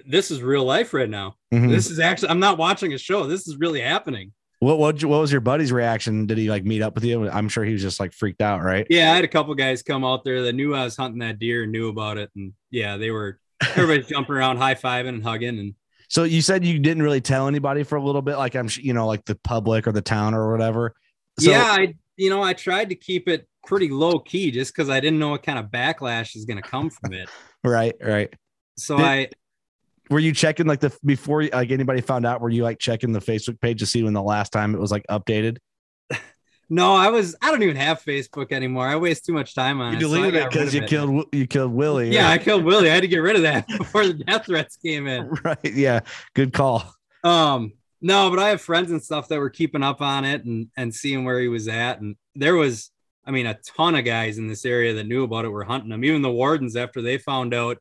D: this is real life right now.
A: Mhm.
D: This is actually I'm not watching a show. This is really happening.
A: What, what what was your buddy's reaction? Did he like meet up with you? I'm sure he was just like freaked out, right?
D: Yeah, I had a couple guys come out there that knew I was hunting that deer and knew about it, and yeah, they were everybody's jumping around, high fiving and hugging, and
A: So you said you didn't really tell anybody for a little bit, like I'm, sh- you know, like the public or the town or whatever. So,
D: yeah, I you know I tried to keep it pretty low key just because I didn't know what kind of backlash is going to come from it.
A: Right. Right.
D: So
A: Did-
D: I
A: Were you checking like the before like anybody found out? Were you like checking the Facebook page to see when the last time it was like updated?
D: no, I was I don't even have Facebook anymore. I waste too much time on
A: You
D: it. so I
A: deleted it
D: got rid
A: because
D: of
A: you
D: it.
A: killed Wi- you killed Willie.
D: Yeah, I killed Willie. I had to get rid of that before the death threats came in.
A: right. Yeah. Good call.
D: um no but i have friends and stuff that were keeping up on it and and seeing where he was at and there was i mean a ton of guys in this area that knew about it were hunting him even the wardens after they found out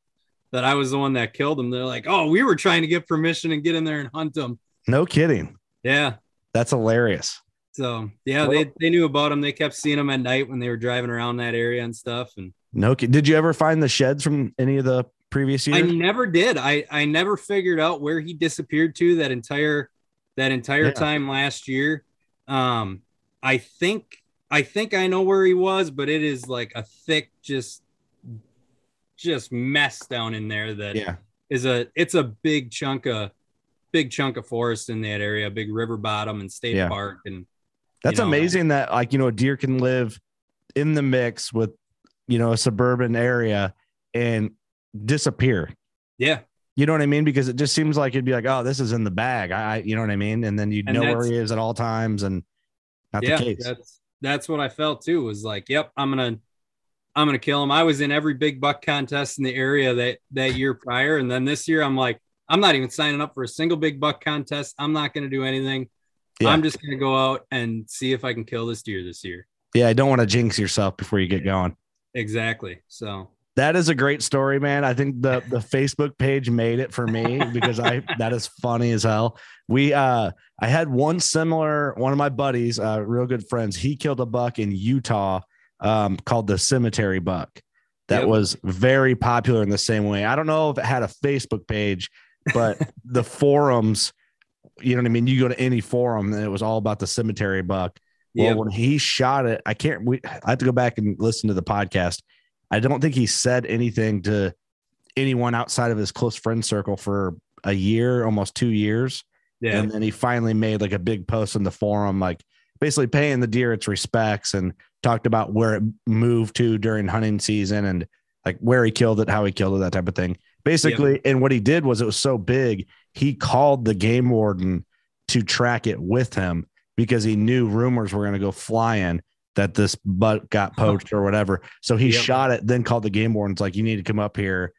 D: that i was the one that killed him they're like oh we were trying to get permission and get in there and hunt him
A: No kidding.
D: yeah
A: That's hilarious.
D: so yeah they, they knew about him they kept seeing him at night when they were driving around that area and stuff and
A: No kid. Did you ever find the sheds from any of the previous
D: I
A: years?
D: never did. I I never figured out where he disappeared to that entire that entire
A: Yeah.
D: time last year. Um I think I think I know where he was, but it is like a thick just just mess down in there that is
A: yeah.
D: a it's a big chunk of big chunk of forest in that area, big river bottom and state
A: Yeah.
D: park and
A: That's
D: you know,
A: amazing that like, you know, a deer can live in the mix with, you know, a suburban area and disappear.
D: yeah,
A: You know what I mean? Because it just seems like it'd be like, oh, this is in the bag. I, I you know what I mean? And then you'd
D: And
A: know where
D: that's-
A: he is at all times and not
D: yeah,
A: the case.
D: that's that's what I felt too. Was like, yep, I'm gonna, I'm gonna kill him. I was in every big buck contest in the area that that year prior, and then this year I'm like, I'm not even signing up for a single big buck contest. I'm not gonna do anything.
A: Yeah.
D: I'm just gonna go out and see if I can kill this deer this year.
A: Yeah, I don't want to jinx yourself before you get going.
D: Exactly. So
A: That is a great story, man. I think the the Facebook page made it for me because I that is funny as hell. We uh I had one similar one of my buddies, uh real good friends. He killed a buck in Utah um called the cemetery buck. That
D: Yep.
A: was very popular in the same way. I don't know if it had a Facebook page, but the forums, you know what I mean? You go to any forum and it was all about the cemetery buck. Well,
D: yeah,
A: when he shot it, I can't. We, I have to go back and listen to the podcast. I don't think he said anything to anyone outside of his close friend circle for a year, almost two years,
D: yeah,
A: and then he finally made like a big post in the forum, like basically paying the deer its respects and talked about where it moved to during hunting season and like where he killed it, how he killed it, that type of thing. Basically, and what he did was it was so big, he called the game warden to track it with him because he knew rumors were going to go flying that this butt got poached or whatever. So he
D: Uh-huh. Yep.
A: shot it, then called the game warden's like, you need to come up here.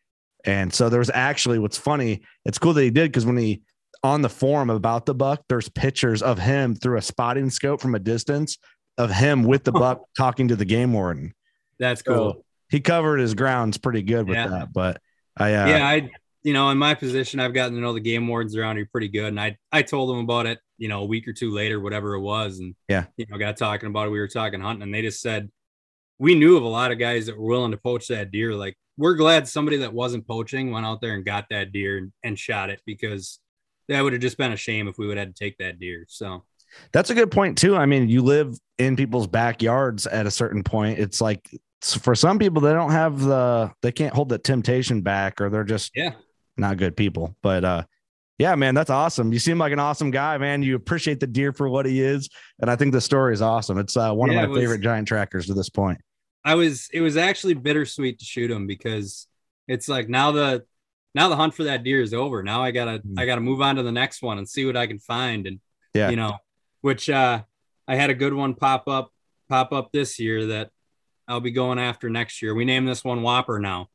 A: And so there was actually what's funny. It's cool that he did because when he on the forum about the buck, there's pictures of him through a spotting scope from a distance of him with the buck talking to the game warden.
D: that's
A: So
D: cool.
A: he covered his grounds pretty good with
D: Yeah.
A: that. But I, uh,
D: yeah, I you know, in my position, I've gotten to know the game wardens around here pretty good. And I I told them about it, you know, a week or two later, whatever it was. And
A: Yeah.
D: you know, got talking about it. We were talking hunting, and they just said we knew of a lot of guys that were willing to poach that deer. Like, we're glad somebody that wasn't poaching went out there and got that deer and, and shot it because that would have just been a shame if we would have had to take that deer. So
A: That's a good point too. I mean, you live in people's backyards at a certain point. It's like s- for some people they don't have the they can't hold that temptation back or they're just
D: Yeah.
A: not good people. But uh yeah, man, that's awesome. You seem like an awesome guy, man. You appreciate the deer for what he is, and I think the story is awesome. It's uh, one
D: Yeah,
A: of
D: it
A: my
D: was-
A: favorite giant trackers to this point.
D: I was it was actually bittersweet to shoot him because it's like now the now the hunt for that deer is over. Now I gotta I gotta move on to the next one and see what I can find and
A: Yeah.
D: you know which uh I had a good one pop up pop up this year that I'll be going after next year. We name this one Whopper now.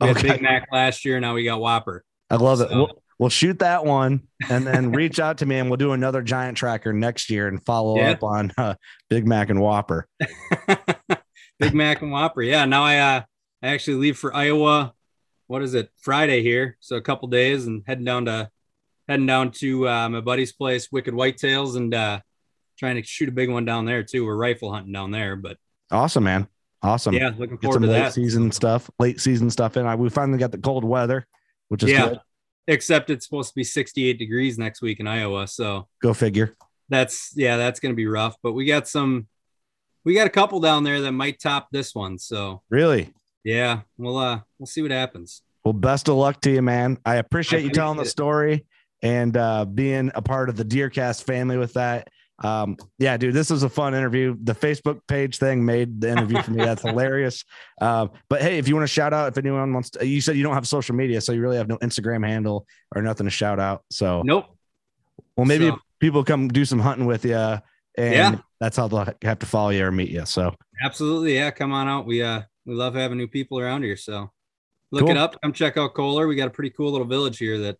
D: We had Big Mac last year. Now we got Whopper.
A: I love it.
D: So-
A: We'll, we'll shoot that one and then reach out to me and we'll do another giant tracker next year and follow
D: Yeah.
A: up on uh, Big Mac and Whopper.
D: Big Mac and Whopper. Yeah. Now I uh, I actually leave for Iowa. What is it? Friday here. So a couple days and heading down to heading down to uh, my buddy's place, Wicked Whitetails, and uh, trying to shoot a big one down there too. We're rifle hunting down there, but
A: Awesome, man. Awesome.
D: yeah, looking
A: Get
D: forward
A: some
D: to
A: late
D: that.
A: season stuff, late season stuff in. I, we finally got the cold weather, which is
D: Yeah.
A: good.
D: Except it's supposed to be 68 degrees next week in Iowa. So
A: Go figure.
D: that's yeah, that's gonna be rough. But we got some, we got a couple down there that might top this one. So
A: Really?
D: yeah, we'll uh we'll see what happens.
A: Well, best of luck to you, man. I appreciate you telling the
D: appreciate it.
A: story and uh, being a part of the Deercast family with that. Um, yeah, dude, this was a fun interview. The Facebook page thing made the interview for me. That's hilarious. Um, but hey, if you want to shout out, if anyone wants to, you said you don't have social media, so you really have no Instagram handle or nothing to shout out. So,
D: Nope.
A: well, maybe
D: So-
A: people come do some hunting with you, and
D: Yeah.
A: that's how they'll have to follow you or meet you. So,
D: Absolutely. Yeah. Come on out. We, uh, we love having new people around here. So look it
A: Cool.
D: up. Come check out Kohler. We got a pretty cool little village here that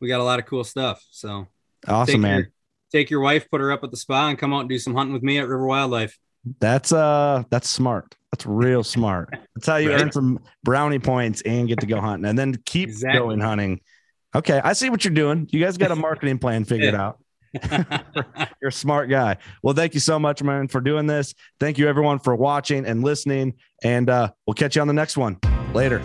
D: we got a lot of cool stuff. So
A: awesome,
D: take
A: man.
D: Your, take your wife, put her up at the spa and come out and do some hunting with me at River Wildlife.
A: That's uh that's smart. That's real smart. That's how you
D: Right?
A: earn some brownie points and get to go hunting and then keep
D: Exactly.
A: going hunting. Okay, I see what you're doing. You guys got a marketing plan figured out. You're a smart guy. Well, thank you so much, man, for doing this. Thank you everyone for watching and listening. And uh, we'll catch you on the next one. Later.